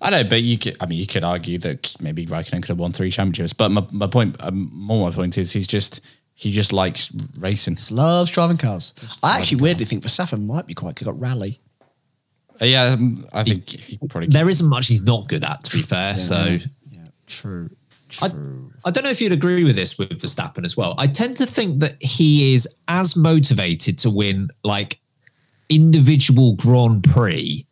Speaker 6: I know, but you could. I mean, you could argue that maybe Raikkonen could have won three championships. But my, my point, um, more my point is, he's just he just likes racing.
Speaker 5: loves driving cars. I actually weirdly think Verstappen might be quite good at rally.
Speaker 6: Uh, yeah, um, I think he probably.
Speaker 4: There isn't much he's not good at, to be fair. So
Speaker 5: True.
Speaker 4: I don't know if you'd agree with this with Verstappen as well. I tend to think that he is as motivated to win like individual Grand Prix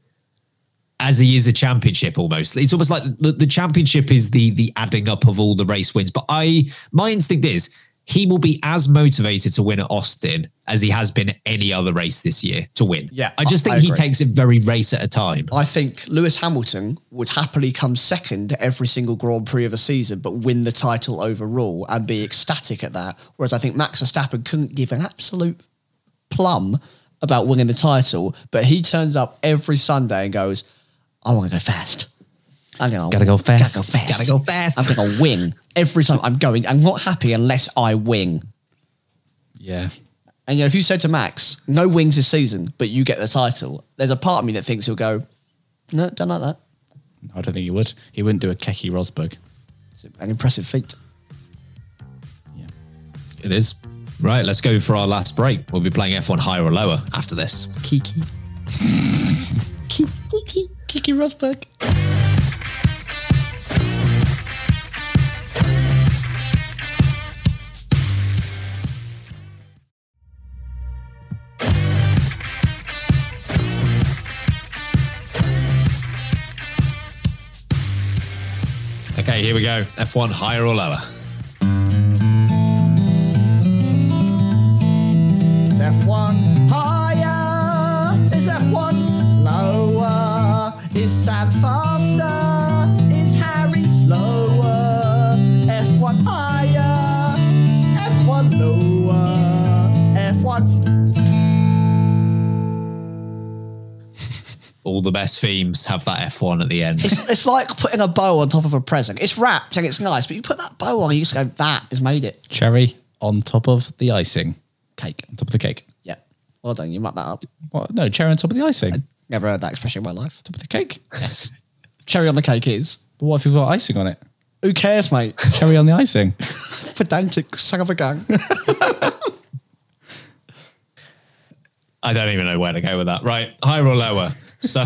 Speaker 4: as he is a championship almost. It's almost like the, the championship is the the adding up of all the race wins. But I my instinct is he will be as motivated to win at Austin as he has been at any other race this year to win.
Speaker 5: Yeah,
Speaker 4: I just
Speaker 5: I-
Speaker 4: think
Speaker 5: I
Speaker 4: he
Speaker 5: agree.
Speaker 4: takes it very race at a time.
Speaker 5: I think Lewis Hamilton would happily come second at every single Grand Prix of a season, but win the title overall and be ecstatic at that. Whereas I think Max Verstappen couldn't give an absolute plum about winning the title, but he turns up every Sunday and goes, "I want to go fast. I'm gonna
Speaker 6: Gotta go fast.
Speaker 5: Gotta go fast.
Speaker 4: Gotta go fast.
Speaker 5: I'm gonna win every time. I'm going. I'm not happy unless I win."
Speaker 6: Yeah,
Speaker 5: And you know, if you said to Max, "No wins this season, but you get the title," there's a part of me that thinks he'll go, "No, don't like that."
Speaker 6: I don't think he would. He wouldn't do a Keki Rosberg.
Speaker 5: an impressive feat.
Speaker 4: It is. Right, let's go for our last break. We'll be playing F1 higher or lower after this.
Speaker 5: Kiki. Kiki. Kiki Rosberg.
Speaker 4: Okay, here we go. F1 higher or lower?
Speaker 7: Is F1 higher? Is F1 lower? Is Sam faster? Is Harry slower? F1 higher? F1 lower? F1.
Speaker 4: All the best themes have that F1 at the end.
Speaker 5: It's, it's like putting a bow on top of a present. It's wrapped and it's nice, but you put that bow on, you just go, "That has made it."
Speaker 6: Cherry on top of the icing,
Speaker 5: cake
Speaker 6: on top of the cake.
Speaker 5: Yep. Well done. You mucked that up.
Speaker 6: What? No, cherry on top of the icing.
Speaker 5: Never heard that expression in my life.
Speaker 6: Top of the cake.
Speaker 5: Yes. cherry on the cake is.
Speaker 6: But what if you've got icing on it?
Speaker 5: Who cares, mate?
Speaker 6: Cherry on the icing.
Speaker 5: Pedantic son of a gun.
Speaker 4: I don't even know where to go with that. Right, higher or lower? So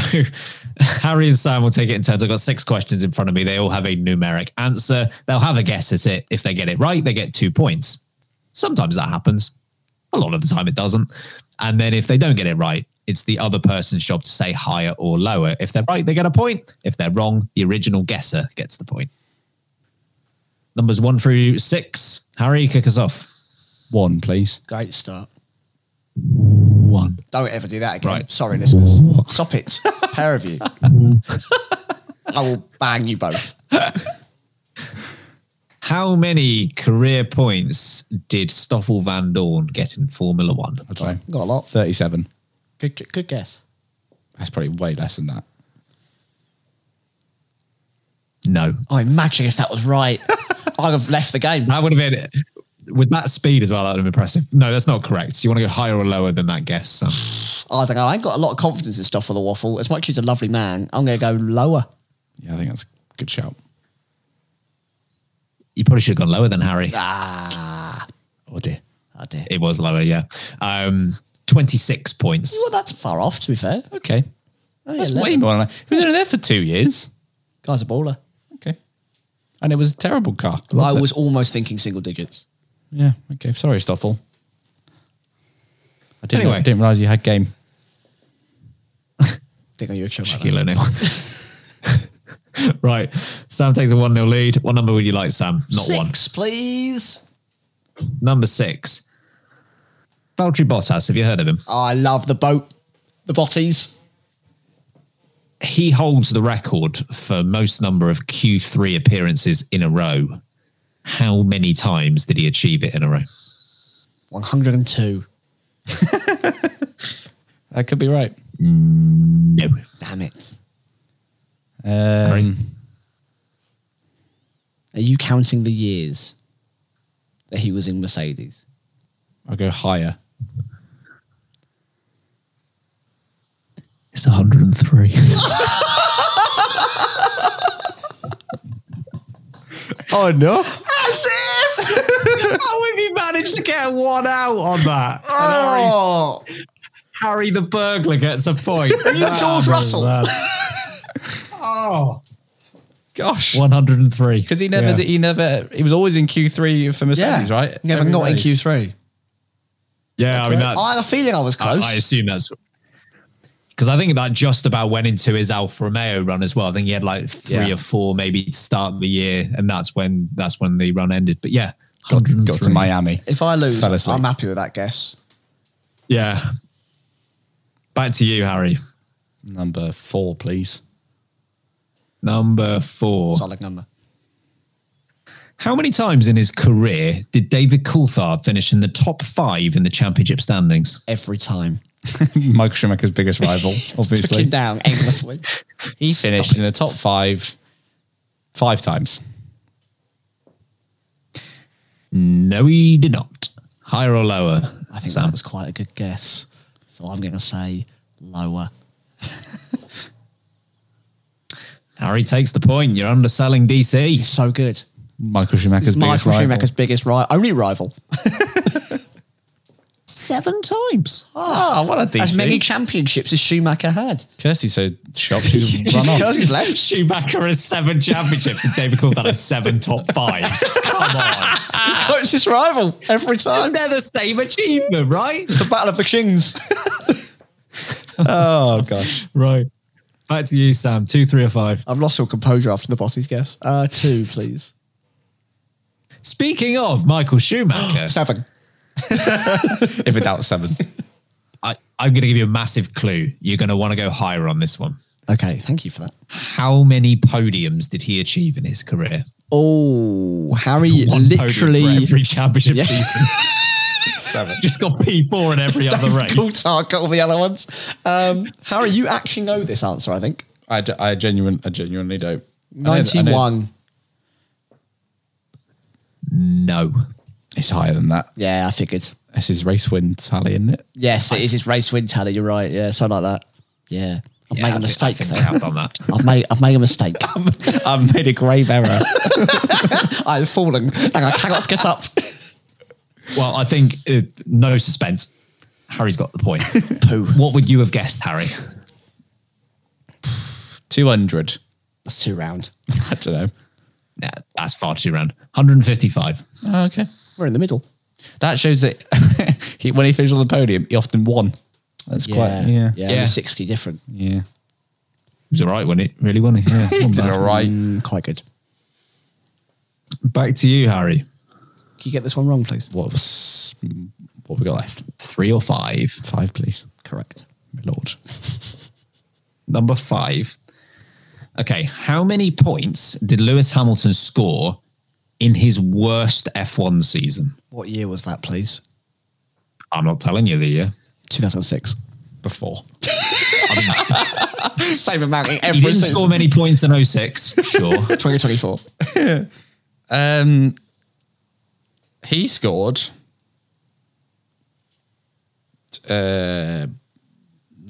Speaker 4: Harry and Sam will take it in turns. I've got six questions in front of me. They all have a numeric answer. They'll have a guess at it. If they get it right, they get two points. Sometimes that happens. A lot of the time it doesn't. And then if they don't get it right, it's the other person's job to say higher or lower. If they're right, they get a point. If they're wrong, the original guesser gets the point. Numbers one through six. Harry, kick us off.
Speaker 6: One, please.
Speaker 5: Great start.
Speaker 6: One.
Speaker 5: Don't ever do that again. Sorry, listeners. Stop it. Pair of you. I will bang you both.
Speaker 4: How many career points did Stoffel Van Dorn get in Formula One?
Speaker 6: Okay.
Speaker 5: Got a lot.
Speaker 6: 37.
Speaker 5: Good, good guess.
Speaker 6: That's probably way less than that.
Speaker 4: No.
Speaker 5: Oh, imagine if that was right. I'd have left the game.
Speaker 4: That would have been with that speed as well. That would have been impressive. No, that's not correct. You want to go higher or lower than that guess? Um, Sam?
Speaker 5: I don't know. I ain't got a lot of confidence in stuff for the waffle. As much as he's a lovely man, I'm going to go lower.
Speaker 6: Yeah, I think that's a good shout.
Speaker 4: You probably should have gone lower than Harry.
Speaker 5: Ah.
Speaker 6: Oh, dear.
Speaker 5: Oh, dear.
Speaker 4: It was lower, yeah. Um, 26 points.
Speaker 5: Well, that's far off, to be fair.
Speaker 6: Okay.
Speaker 5: Only
Speaker 6: That's
Speaker 5: 11.
Speaker 6: way more than I. We've been there for two years.
Speaker 5: Guy's a baller.
Speaker 6: Okay. And it was a terrible car.
Speaker 5: I
Speaker 6: wasn't it?
Speaker 5: was almost thinking single digits.
Speaker 6: Yeah. Okay. Sorry, Stoffel. I didn't,
Speaker 4: Anyway.
Speaker 6: didn't realize you had game.
Speaker 5: Think I knew a chill like that.
Speaker 4: Particular now. right. Sam takes a 1 0 lead. What number would you like, Sam? Not one.
Speaker 5: Six, please.
Speaker 4: Number six. Valtteri Bottas. Have you heard of him?
Speaker 5: I love the boat, the botties.
Speaker 4: He holds the record for most number of Q3 appearances in a row. How many times did he achieve it in a row?
Speaker 5: 102.
Speaker 6: That could be right.
Speaker 4: No.
Speaker 5: Damn it.
Speaker 4: Harry?
Speaker 6: Um,
Speaker 5: Are you counting the years that he was in Mercedes?
Speaker 6: I'll go higher.
Speaker 4: It's 103.
Speaker 6: Oh no!
Speaker 5: That's it!
Speaker 4: How have you managed to get one out on that?
Speaker 5: Oh!
Speaker 4: Harry the burglar gets a point. Are
Speaker 5: you George Russell?
Speaker 4: oh.
Speaker 6: Gosh.
Speaker 4: 103.
Speaker 6: Because he never,
Speaker 4: Yeah.
Speaker 6: he never, he was always in Q three for Mercedes, right?
Speaker 5: Never
Speaker 6: Every
Speaker 5: not
Speaker 6: race.
Speaker 5: in Q3.
Speaker 4: Yeah, I mean, that's.
Speaker 5: I had a feeling I was
Speaker 4: I,
Speaker 5: close.
Speaker 4: I assume that's. Because I think that just about went into his Alfa Romeo run as well. I think he had like three
Speaker 6: Yeah.
Speaker 4: or four maybe to start the year, and that's when that's when the run ended. But yeah,
Speaker 6: Got, got
Speaker 4: 103.
Speaker 6: to Miami.
Speaker 5: if I lose,
Speaker 6: Fell asleep.
Speaker 5: I'm happy with that guess.
Speaker 4: Yeah. Back to you, Harry.
Speaker 6: Number four, please.
Speaker 4: Number four.
Speaker 5: Solid number.
Speaker 4: How many times in his career did David Coulthard finish in the top five in the championship standings?
Speaker 5: Every time.
Speaker 6: Mike Schumacher's biggest rival,
Speaker 5: Took
Speaker 6: obviously.
Speaker 5: him down endlessly.
Speaker 6: He
Speaker 4: Stop
Speaker 6: finished in
Speaker 4: it.
Speaker 6: the top five, five times.
Speaker 4: No, he did not. Higher or lower?
Speaker 5: I think
Speaker 4: Sam?
Speaker 5: that was quite a good guess. So I'm going to say lower.
Speaker 4: Harry takes the point. You're underselling DC.
Speaker 5: So good.
Speaker 6: Michael Schumacher's biggest
Speaker 5: Michael
Speaker 6: rival.
Speaker 5: Schumacher's biggest rival. Only rival.
Speaker 4: Seven times.
Speaker 5: Oh,
Speaker 6: Ah, what a DC.
Speaker 5: As many championships as Schumacher had.
Speaker 6: Kirsty's so shocked she's
Speaker 5: She's
Speaker 6: run off.
Speaker 5: Kirsty's left.
Speaker 4: Schumacher has seven championships and David Coulthard has seven top fives. Come on.
Speaker 5: Closest rival every time.
Speaker 4: They're the same achievement, right?
Speaker 5: It's the Battle of the Kings.
Speaker 6: Oh gosh.
Speaker 4: Right. Back to you, Sam. Two, three, or five.
Speaker 5: I've lost all composure after the botties guess. Uh, two, please.
Speaker 4: Speaking of Michael Schumacher,
Speaker 5: Seven.
Speaker 6: If it out seven.
Speaker 4: I, I'm going to give you a massive clue. You're going to want to go higher on this one.
Speaker 5: Okay, thank you for that.
Speaker 4: How many podiums did he achieve in his career?
Speaker 5: Oh, Harry
Speaker 4: One podium for
Speaker 5: literally
Speaker 4: every championship
Speaker 5: Yeah.
Speaker 4: season.
Speaker 6: Seven.
Speaker 4: Just got P4 in every other race.
Speaker 5: Coulthard got all the other ones. Um, Harry, you actually know this answer, I think.
Speaker 6: I, d- I genuine I genuinely don't. I know- I know-
Speaker 5: Ninety-one.
Speaker 4: No.
Speaker 6: It's higher than that.
Speaker 5: Yeah, I figured.
Speaker 6: This is race win tally, isn't it?
Speaker 5: Yes, it is his race win tally. You're right. Yeah, something like that. Yeah. I've
Speaker 6: Yeah,
Speaker 5: made
Speaker 6: I
Speaker 5: a
Speaker 6: think- I
Speaker 5: mistake
Speaker 6: think
Speaker 5: there.
Speaker 6: I've done that.
Speaker 5: I've made, I've made a mistake.
Speaker 6: I've made a grave error.
Speaker 5: I've fallen and I cannot get up.
Speaker 4: Well, I think uh, no suspense. Harry's got the point. What would you have guessed, Harry?
Speaker 6: 200.
Speaker 5: That's too round.
Speaker 6: I don't know.
Speaker 4: Nah, that's far too round. 155.
Speaker 6: Oh, okay.
Speaker 5: We're in the middle.
Speaker 6: That shows that he, when he finished on the podium, he often won. That's quite, yeah.
Speaker 5: Yeah, only 60 different.
Speaker 6: Yeah.
Speaker 4: It was all right, wasn't it? Really, wasn't it? Yeah,
Speaker 6: He did all right.
Speaker 5: Mm, quite good.
Speaker 4: Back to you, Harry.
Speaker 5: Can you get this one wrong, please?
Speaker 6: What was, what have we got left?
Speaker 4: Three or five?
Speaker 6: Five, please.
Speaker 5: Correct.
Speaker 6: My lord.
Speaker 4: Number five. Okay, how many points did Lewis Hamilton score in his worst F1 season?
Speaker 5: What year was that, please?
Speaker 4: I'm not telling you the year.
Speaker 5: 2006.
Speaker 4: Before.
Speaker 5: Same amount in
Speaker 4: he
Speaker 5: every
Speaker 4: didn't
Speaker 5: season.
Speaker 4: score many points in 06, sure.
Speaker 5: 2024.
Speaker 6: Um, he scored. Uh,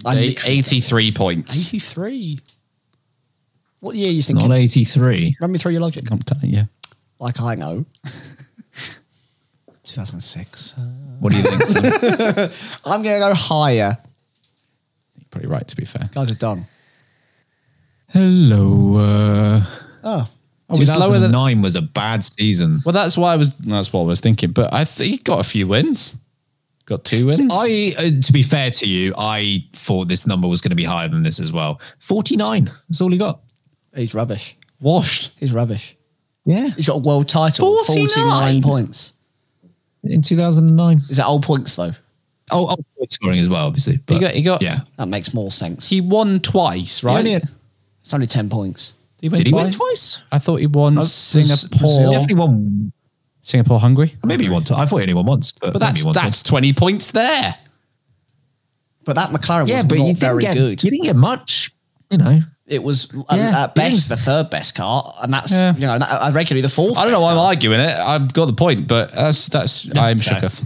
Speaker 5: I'm
Speaker 6: eight-
Speaker 5: literally-
Speaker 6: 83 points.
Speaker 5: 83. What year are you thinking?
Speaker 4: Not 83.
Speaker 5: Run me through your logic.
Speaker 6: I'm telling you.
Speaker 5: Like I know. 2006. Uh,
Speaker 4: What do you think? Sam?
Speaker 5: I'm going to go higher.
Speaker 6: You're probably right, to be fair.
Speaker 5: Guys are done.
Speaker 4: Hello. Uh,
Speaker 5: Oh,
Speaker 6: Oh, it's lower than-
Speaker 4: 2009 was a bad season.
Speaker 6: Well, that's why I was. That's what I was thinking. But I th- he got a few wins. Got two wins.
Speaker 4: I, uh, to be fair to you, I thought this number was going to be higher than this as well. 49. That's all he got.
Speaker 5: he's rubbish.
Speaker 6: washed.
Speaker 5: He's rubbish.
Speaker 4: Yeah.
Speaker 5: He's got a world title. 49,
Speaker 4: 49
Speaker 5: points.
Speaker 4: In 2009.
Speaker 5: Is that old points, though?
Speaker 4: Oh, oh point scoring as well, obviously. But
Speaker 6: he got. He got.
Speaker 4: yeah.
Speaker 5: That makes more sense.
Speaker 6: He won twice, right?
Speaker 4: He only had-
Speaker 5: It's only 10 points.
Speaker 6: He Uh, went
Speaker 4: Did he win twice?
Speaker 6: I thought he won
Speaker 4: He
Speaker 6: Singapore.
Speaker 4: definitely won.
Speaker 6: Singapore, Hungary.
Speaker 4: Maybe he won. Tw- I thought he only won once. But,
Speaker 6: But
Speaker 4: maybe
Speaker 6: that's
Speaker 4: he won
Speaker 6: that's twenty points there.
Speaker 5: But that McLaren
Speaker 4: twice. Yeah,
Speaker 5: was
Speaker 4: but you
Speaker 5: not
Speaker 4: didn't,
Speaker 5: very
Speaker 4: get,
Speaker 5: good.
Speaker 4: you didn't get much, you know.
Speaker 5: It was um,
Speaker 4: Yeah,
Speaker 5: at
Speaker 4: it is.
Speaker 5: best the third best car, and that's
Speaker 6: Yeah.
Speaker 5: you know that, uh, regularly the fourth.
Speaker 6: I don't know
Speaker 5: best
Speaker 6: why I'm
Speaker 5: car.
Speaker 6: arguing it. I've got the point, but that's that's I'm
Speaker 4: fair.
Speaker 6: shooketh.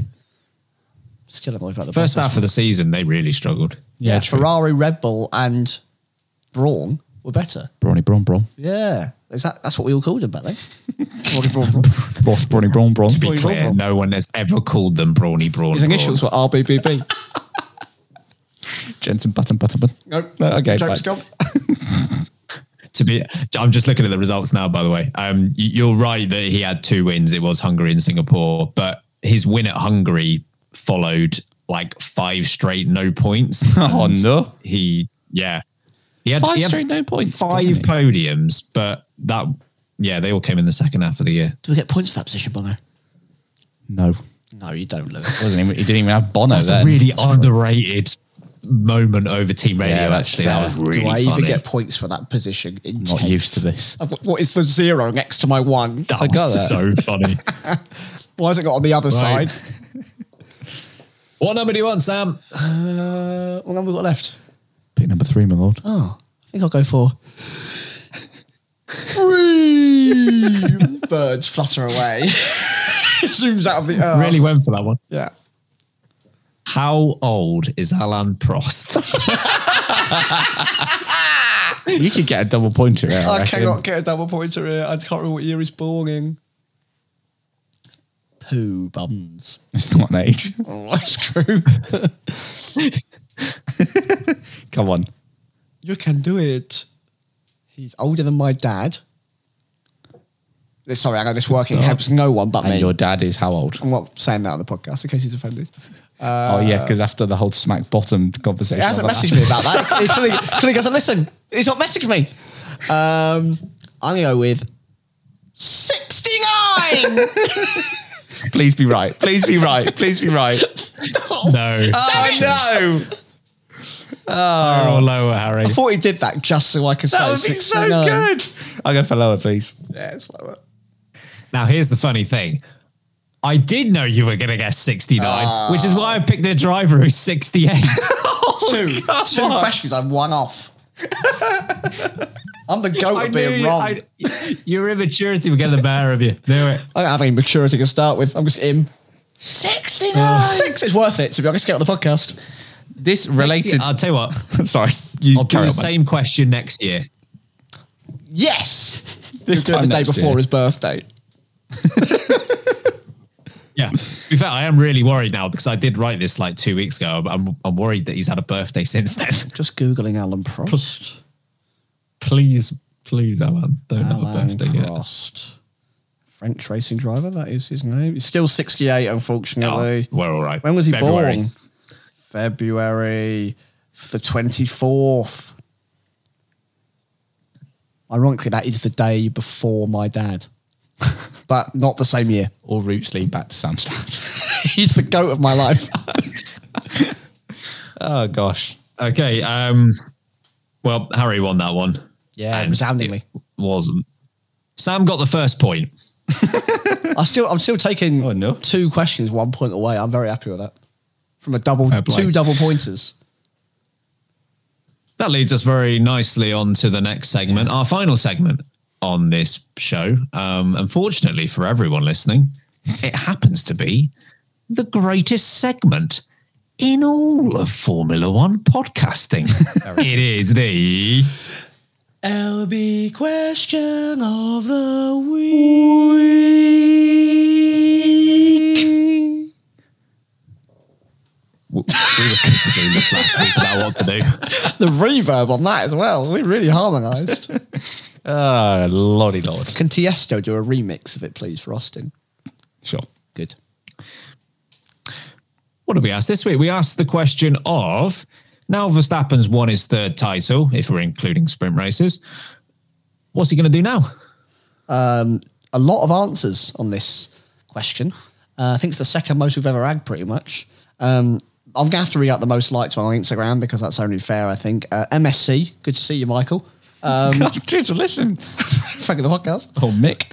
Speaker 5: Still annoyed about the
Speaker 4: First
Speaker 5: process.
Speaker 4: half of the season, they really struggled.
Speaker 5: Yeah,
Speaker 6: true.
Speaker 5: Ferrari, Red Bull, and Brawn were better.
Speaker 6: Brawny, brawn, brawn.
Speaker 5: Yeah, Is that- that's what we all called them back then. Brawny, brawn, brawn.
Speaker 6: Ross, brawny, brawn, brawn.
Speaker 4: To be clear, no one has ever called them Brawny Brawn.
Speaker 5: His
Speaker 4: Brawn.
Speaker 5: initials were RBBB.
Speaker 6: Jensen, button, button, button.
Speaker 5: nope.
Speaker 6: Okay,
Speaker 5: Joke's
Speaker 6: fine.
Speaker 5: gone.
Speaker 4: to be i'm just looking at the results now by the way um y- you're right that he had two wins it was hungary and singapore but his win at hungary followed like five straight no points
Speaker 6: Oh,
Speaker 4: And
Speaker 6: no.
Speaker 4: he yeah he had
Speaker 6: Five
Speaker 4: he had
Speaker 6: straight no points.
Speaker 4: five
Speaker 6: Blimey.
Speaker 4: podiums but that yeah they all came in the second half of the year
Speaker 5: Do we get points for that position, Bono?
Speaker 6: No,
Speaker 5: No, you don't, Lewis.
Speaker 6: wasn't even, he didn't even have Bono
Speaker 4: that's
Speaker 6: then.
Speaker 4: a really underrated moment over team radio
Speaker 6: Yeah, that's
Speaker 4: actually
Speaker 6: fair.
Speaker 4: that was really
Speaker 5: Do I
Speaker 4: funny.
Speaker 5: even get points for that position? In
Speaker 6: Not
Speaker 5: ten?
Speaker 6: used to this.
Speaker 5: I've got- What is the zero next to my one?
Speaker 4: that
Speaker 6: I got
Speaker 4: was so funny
Speaker 5: Why has it got on the other
Speaker 4: Right.
Speaker 5: side?
Speaker 4: what number do you want sam
Speaker 5: Uh, what number we got left?
Speaker 6: Pick number three, my lord.
Speaker 5: Oh, I think I'll go for three. Birds flutter away. Zooms out of the earth.
Speaker 4: really went for that one
Speaker 5: Yeah.
Speaker 4: How old is Alan Prost?
Speaker 6: You could get a double pointer. Here, I,
Speaker 5: I
Speaker 6: reckon.
Speaker 5: cannot get a double pointer here. I can't remember what year he's born in. Poo bums.
Speaker 6: It's not an age.
Speaker 5: Oh, that's true.
Speaker 6: Come on.
Speaker 5: you can do it. He's older than my dad. Sorry, I got this working. It helps no one but
Speaker 6: And
Speaker 5: me.
Speaker 6: your dad is how old?
Speaker 5: I'm not saying that on the podcast in case he's offended.
Speaker 6: oh yeah, because after the whole smack bottom
Speaker 5: He
Speaker 6: conversation,
Speaker 5: hasn't
Speaker 6: I'm like,
Speaker 5: messaged me about that. He clearly, clearly doesn't listen. He's not messaged me. Um, I'm going to go with 69.
Speaker 6: Please be right. Please be right. Please be right.
Speaker 4: no.
Speaker 5: oh, no.
Speaker 4: or lower, Harry.
Speaker 5: I thought he did that just so I could
Speaker 6: That
Speaker 5: say
Speaker 6: would be so
Speaker 5: 69.
Speaker 6: good. I'll go for lower, please.
Speaker 5: Yeah, it's like that.
Speaker 4: Now, here's the funny thing. I did know you were going to guess 69,
Speaker 6: Ah.
Speaker 4: which is why I picked a driver who's 68.
Speaker 5: Two, two questions. I'm one off. I'm the goat
Speaker 4: I
Speaker 5: of being wrong. I,
Speaker 4: I- your immaturity would get the better of you. Knew it.
Speaker 5: don't have any maturity to start with. I'm just him. 69. Six. It's worth it, to be honest. Get on the podcast.
Speaker 6: This related.
Speaker 4: I'll tell you what.
Speaker 6: Sorry.
Speaker 4: I'll do
Speaker 6: carry
Speaker 4: the
Speaker 6: on, mate.
Speaker 4: same question next year.
Speaker 5: Yes. This do it the
Speaker 6: time
Speaker 5: day
Speaker 6: next
Speaker 5: before
Speaker 6: year.
Speaker 5: his birthday.
Speaker 4: Yeah. In fact, I am really worried now because I did write this like two weeks ago. but I'm, I'm worried that he's had a birthday since then.
Speaker 5: Just Googling Alan Prost.
Speaker 4: Please, please, Alan, don't have a
Speaker 5: Alan
Speaker 4: birthday yet.
Speaker 5: Prost. French racing driver, that is his name. He's still 68, unfortunately.
Speaker 4: Oh, We're all right.
Speaker 5: When was he
Speaker 4: February.
Speaker 5: born? February the 24th. Ironically, that is the day before my dad, but not the same year.
Speaker 6: All roots lead back to Samstad.
Speaker 5: He's the goat of my life.
Speaker 6: oh gosh.
Speaker 4: Okay. Um. Well, Harry won that one.
Speaker 5: Yeah,
Speaker 4: And
Speaker 5: resoundingly.
Speaker 4: it wasn't. Sam got the first point.
Speaker 5: I still, I'm still taking
Speaker 6: Oh no.
Speaker 5: two questions one point away. I'm very happy with that. From a double,
Speaker 4: Fair play.
Speaker 5: two double pointers.
Speaker 4: That leads us very nicely on to the next segment, our final segment on this show. Um, unfortunately for everyone listening, it happens to be the greatest segment in all of Formula One podcasting. it is the
Speaker 5: LB question of the week.
Speaker 4: we were supposed to do this last week about what to do.
Speaker 5: the reverb on that as well. We really harmonised.
Speaker 4: Ah,
Speaker 6: Oh lordy lord.
Speaker 5: Can Tiesto do a remix of it, please, for Austin?
Speaker 6: Sure.
Speaker 5: Good.
Speaker 4: What did we ask this week? We asked the question of now Verstappen's won his third title, if we're including sprint races. What's he going to do now?
Speaker 5: A lot of answers on this question. Uh, I think it's the second most we've ever had, pretty much. Um, I'm going to have to read out the most liked one on Instagram because that's only fair, I think. Uh, MSC, good to see you, Michael. Um,
Speaker 6: God, cheers for listening.
Speaker 5: Frank of the podcast.
Speaker 6: Oh Mick.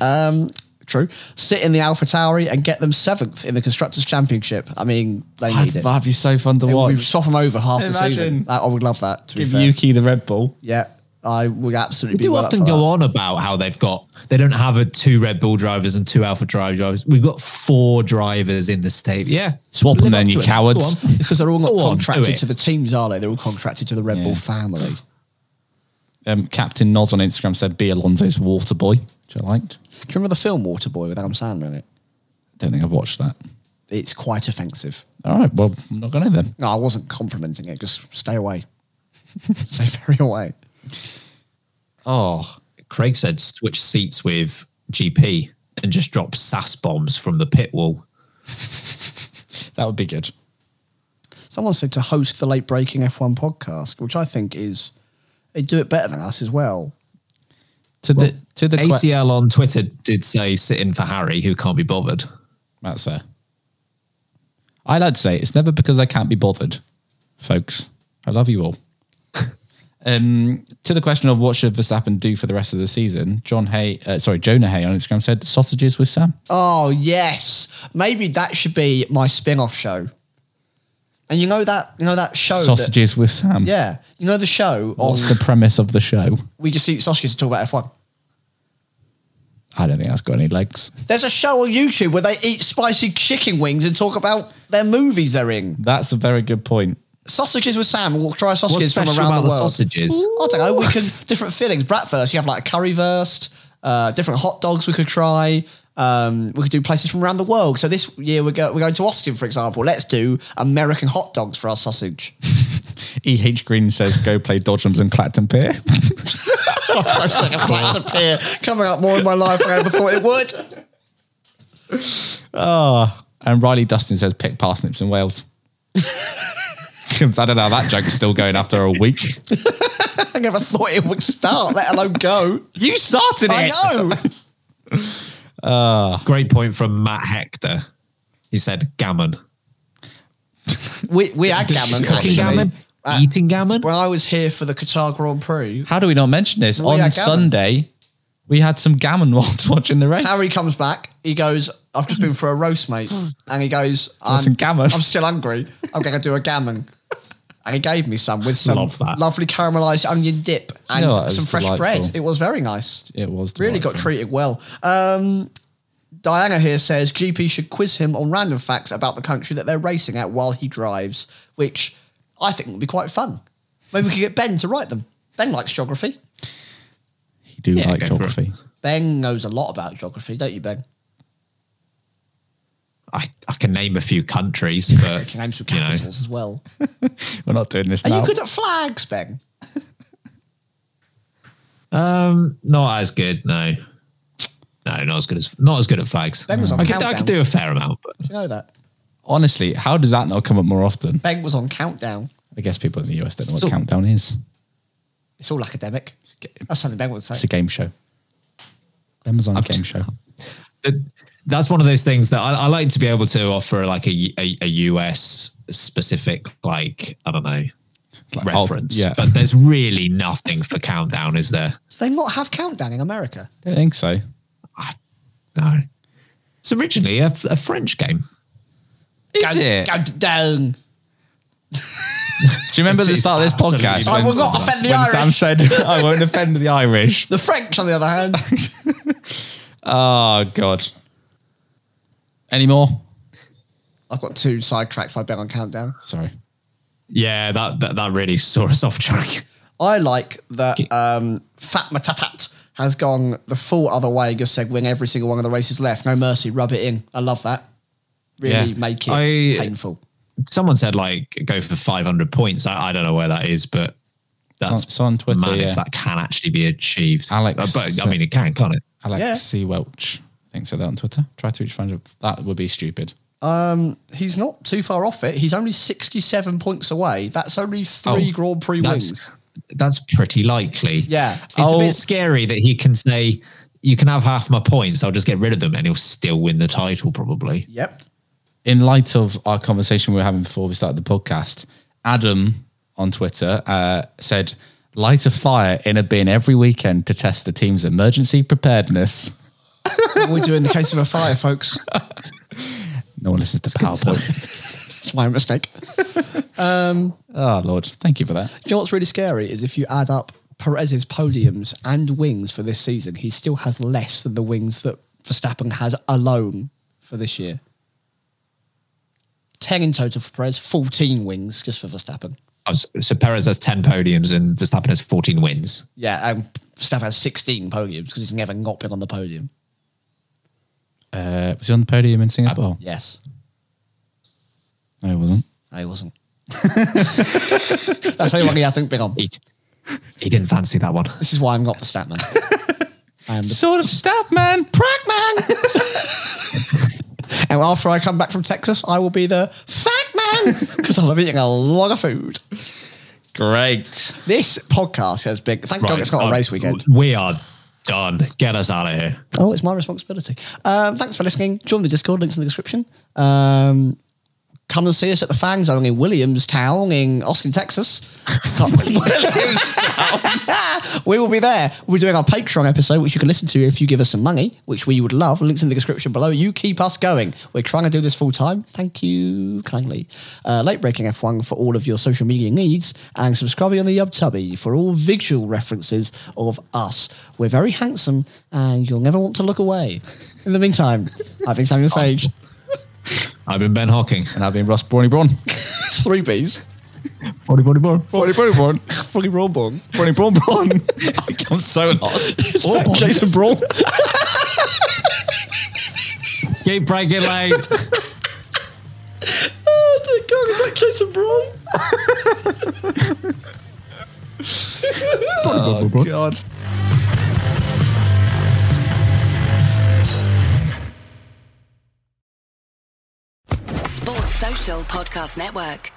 Speaker 5: True. Sit in the Alpha Tauri and get them seventh in the Constructors' Championship. I mean, they need it.
Speaker 6: that'd be so fun to
Speaker 5: It would be-
Speaker 6: watch.
Speaker 5: swap them over half the
Speaker 6: Imagine.
Speaker 5: season. That- I would love that. To be
Speaker 6: Give
Speaker 5: fair.
Speaker 6: Yuki the Red Bull.
Speaker 5: Yeah, I would
Speaker 4: We
Speaker 5: absolutely be
Speaker 4: do
Speaker 5: well up
Speaker 4: often
Speaker 5: for
Speaker 4: go
Speaker 5: that.
Speaker 4: on about how they've got they don't have a two Red Bull drivers and two Alpha Drive drivers. We've got four drivers in the state. Yeah,
Speaker 6: Swap 'em
Speaker 4: Live
Speaker 6: then,
Speaker 4: up
Speaker 6: you
Speaker 4: to it.
Speaker 6: cowards.
Speaker 4: Go on.
Speaker 5: Because they're all not
Speaker 4: Go on, do
Speaker 5: contracted
Speaker 4: it.
Speaker 5: to the teams, are they? They're all contracted to the Red Bull family.
Speaker 6: Um, Captain Nods on Instagram said be Alonso's water boy, which I liked.
Speaker 5: Do you remember the film Waterboy with Adam Sandler in it?
Speaker 6: Don't think I've watched that.
Speaker 5: It's quite offensive.
Speaker 6: All right, well, I'm not going to then.
Speaker 5: No, I wasn't complimenting it. Just stay away. stay very away.
Speaker 6: Oh,
Speaker 4: Craig said switch seats with GP and just drop SAS bombs from the pit wall.
Speaker 6: that would be good.
Speaker 5: Someone said to host the late breaking F1 podcast, which I think is they do it better than us as well.
Speaker 6: To the to the que-
Speaker 4: ACL on Twitter did say sit in for Harry who can't be bothered.
Speaker 6: That's fair. I like to say it's never because I can't be bothered, folks. I love you all. um, to the question of what should Verstappen do for the rest of the season, John Hay, uh, sorry, Jonah Hay on Instagram said sausages with Sam.
Speaker 5: Oh yes, maybe that should be my spin-off show. And you know that you know that show. that-
Speaker 6: sausages with Sam.
Speaker 5: yeah, you know the show. On,
Speaker 6: What's the premise of the show?
Speaker 5: we just eat sausages to talk about F1.
Speaker 6: I don't think that's got any legs.
Speaker 5: There's a show on YouTube where they eat spicy chicken wings and talk about their movies they're in.
Speaker 6: That's a very good point.
Speaker 5: Sausages with Sam, and we'll try
Speaker 4: What's
Speaker 5: sausages from
Speaker 4: special
Speaker 5: around
Speaker 4: about the,
Speaker 5: the world.
Speaker 4: sausages?
Speaker 5: I don't know. We can different fillings. Bratwurst. You have like a curry verst. Uh, different hot dogs we could try. Um, we could do places from around the world. So this year we're, go- we're going to Austin, for example. Let's do American hot dogs for our sausage.
Speaker 6: E.H. Green says, go play Dodgems and Clacton Pier.
Speaker 5: I'm sick of platters of beer coming up more in my life than I ever thought it would.
Speaker 6: and Riley Dustin says, pick parsnips in Wales. 'Cause I don't know how that joke's still going after a week.
Speaker 5: I never thought it would start, let alone go.
Speaker 6: You started it.
Speaker 5: I know.
Speaker 4: Great point from Matt Hector. He said gammon.
Speaker 5: We we had gammon.
Speaker 4: Cooking
Speaker 5: actually.
Speaker 4: gammon?
Speaker 5: Uh,
Speaker 4: Eating gammon?
Speaker 5: When I was here for the Qatar Grand Prix,
Speaker 6: How do we not mention this?
Speaker 5: Well,
Speaker 6: On
Speaker 5: yeah, gammon.
Speaker 6: Sunday, we had some gammon whilst watching the race.
Speaker 5: Harry comes back. He goes, "I've just been for a roast, mate," and he goes, "I'm,
Speaker 6: some gammon.
Speaker 5: I'm still hungry. I'm going to do a gammon." And he gave me some with some
Speaker 4: Love that.
Speaker 5: lovely caramelized onion dip and
Speaker 6: know what? It
Speaker 5: some
Speaker 6: was
Speaker 5: fresh
Speaker 6: delightful.
Speaker 5: bread. It was very nice.
Speaker 6: It was
Speaker 5: really got
Speaker 6: delightful.
Speaker 5: treated well. Um, Diana here says GP should quiz him on random facts about the country that they're racing at while he drives, which I think would be quite fun. Maybe we could get Ben to write them. Ben likes geography.
Speaker 6: You do like geography.
Speaker 5: Ben knows a lot about geography, don't you, Ben?
Speaker 4: I, I can name a few countries, but
Speaker 5: can name some
Speaker 4: you know,
Speaker 5: capitals as well.
Speaker 6: We're not doing this
Speaker 5: Are
Speaker 6: now.
Speaker 5: you good at flags, Ben?
Speaker 4: um, not as good. No, no, not as good as not as good at flags.
Speaker 5: Ben was on
Speaker 4: I could, I
Speaker 5: Countdown.
Speaker 4: could do a fair amount, but
Speaker 5: Do you know that?
Speaker 6: Honestly, how does that not come up more often?
Speaker 5: Ben was on Countdown.
Speaker 6: I guess people in the US don't know what
Speaker 5: So-
Speaker 6: countdown is.
Speaker 5: It's all academic. That's something Ben would
Speaker 6: It's a
Speaker 5: say.
Speaker 6: game show. Ben was on a game show.
Speaker 4: that- that's one of those things that I, I like to be able to offer like a, a, a US specific, like, I don't know,
Speaker 6: oh,
Speaker 4: reference.
Speaker 6: yeah.
Speaker 4: But there's really nothing for countdown, is there?
Speaker 5: Do they not have Countdown in America?
Speaker 6: I think so.
Speaker 4: No. It's originally a, a French game.
Speaker 5: Count- Countdown.
Speaker 6: Do you remember
Speaker 4: It's-
Speaker 6: the start of
Speaker 4: it's
Speaker 6: this
Speaker 4: absolutely
Speaker 6: podcast?
Speaker 5: I will not offend the
Speaker 6: when
Speaker 5: Irish.
Speaker 6: Sam said, I won't offend the Irish.
Speaker 5: The French, on the other hand.
Speaker 6: Oh, God. Any more?
Speaker 5: I've got two sidetracked by Ben on Countdown.
Speaker 6: Sorry.
Speaker 4: Yeah, that, that, that really saw us off track.
Speaker 5: I like that um, Fat Matatat has gone the full other way and just said win every single one of the races left. No mercy, rub it in. I love that. Really
Speaker 4: Yeah.
Speaker 5: make it
Speaker 4: I-
Speaker 5: painful.
Speaker 4: Someone said like go for 500 points. I, I don't know where that is, but that's
Speaker 6: it's on Twitter,
Speaker 4: mad
Speaker 6: yeah.
Speaker 4: if that can actually be achieved.
Speaker 6: Alex,
Speaker 4: but,
Speaker 6: uh,
Speaker 4: I mean, it can, can't it?
Speaker 6: Alex
Speaker 5: Yeah.
Speaker 6: C. Welch. I think so. That on Twitter. Try to reach 500. That would be stupid.
Speaker 5: Um, he's not too far off it. He's only 67 points away. That's only three
Speaker 4: Oh,
Speaker 5: Grand Prix
Speaker 4: that's-
Speaker 5: wins.
Speaker 4: That's pretty likely.
Speaker 5: Yeah.
Speaker 4: It's a bit scary that he can say, you can have half my points, I'll just get rid of them, and he'll still win the title, probably.
Speaker 5: Yep.
Speaker 6: in light of our conversation we were having before we started the podcast, Adam on Twitter uh, said, light a fire in a bin every weekend to test the team's emergency preparedness.
Speaker 5: What we do in the case of a fire, folks.
Speaker 6: No one listens to PowerPoint.
Speaker 5: It's my mistake. Um,
Speaker 6: oh, Lord. Thank you for that.
Speaker 5: do you know what's really scary is if you add up Perez's podiums and wings for this season, he still has less than the wings that Verstappen has alone for this year. 10 in total for Perez, 14 wings just for Verstappen.
Speaker 4: Oh, So so Perez has 10 podiums and Verstappen has 14 wins.
Speaker 5: Yeah, and Verstappen has 16 podiums because he's never not been on the podium.
Speaker 6: Uh, was he on the podium in
Speaker 4: Uh,
Speaker 6: Singapore?
Speaker 5: Yes,
Speaker 6: No, he wasn't.
Speaker 5: no, he wasn't. That's the only one he hasn't been on.
Speaker 4: He, he didn't fancy that one.
Speaker 5: This is why I'm not the stat man. I am the
Speaker 6: Sort of stab, man.
Speaker 5: Prack man. and after I come back from Texas, I will be the fact man because I'll be eating a lot of food.
Speaker 6: Great.
Speaker 5: This podcast has been. Thank God
Speaker 4: Right,
Speaker 5: it's not
Speaker 4: um,
Speaker 5: a race weekend.
Speaker 4: We are done. Get us out of here.
Speaker 5: Oh, it's my responsibility. Um, thanks for listening. Join the Discord. Links in the description. Um, come and see us at the Fan Zone in Williamstown in Austin, Texas. Can't remember. we will be there. We're doing our Patreon episode, which you can listen to if you give us some money, which we would love. Links in the description below. You keep us going. We're trying to do this full time. Thank you kindly. Uh, Late Breaking F1 for all of your social media needs and subscribing on the YubTubby for all visual references of us. We're very handsome and you'll never want to look away. In the meantime, I've been Samuel Sage.
Speaker 4: I've been Ben Hawking.
Speaker 6: And I've been Ross Brawny Brawn.
Speaker 5: Three Bs.
Speaker 4: Body, body, body.
Speaker 6: Brawny Brawny Brawn.
Speaker 5: Fully raw bong.
Speaker 6: Brawny Brawn Brawn. I'm so lost. Oh,
Speaker 5: Jason Brawl.
Speaker 4: Keep breaking late.
Speaker 5: Oh, dear God, is that Jason Brawl?
Speaker 6: Oh, God.
Speaker 8: Sports Social Podcast Network.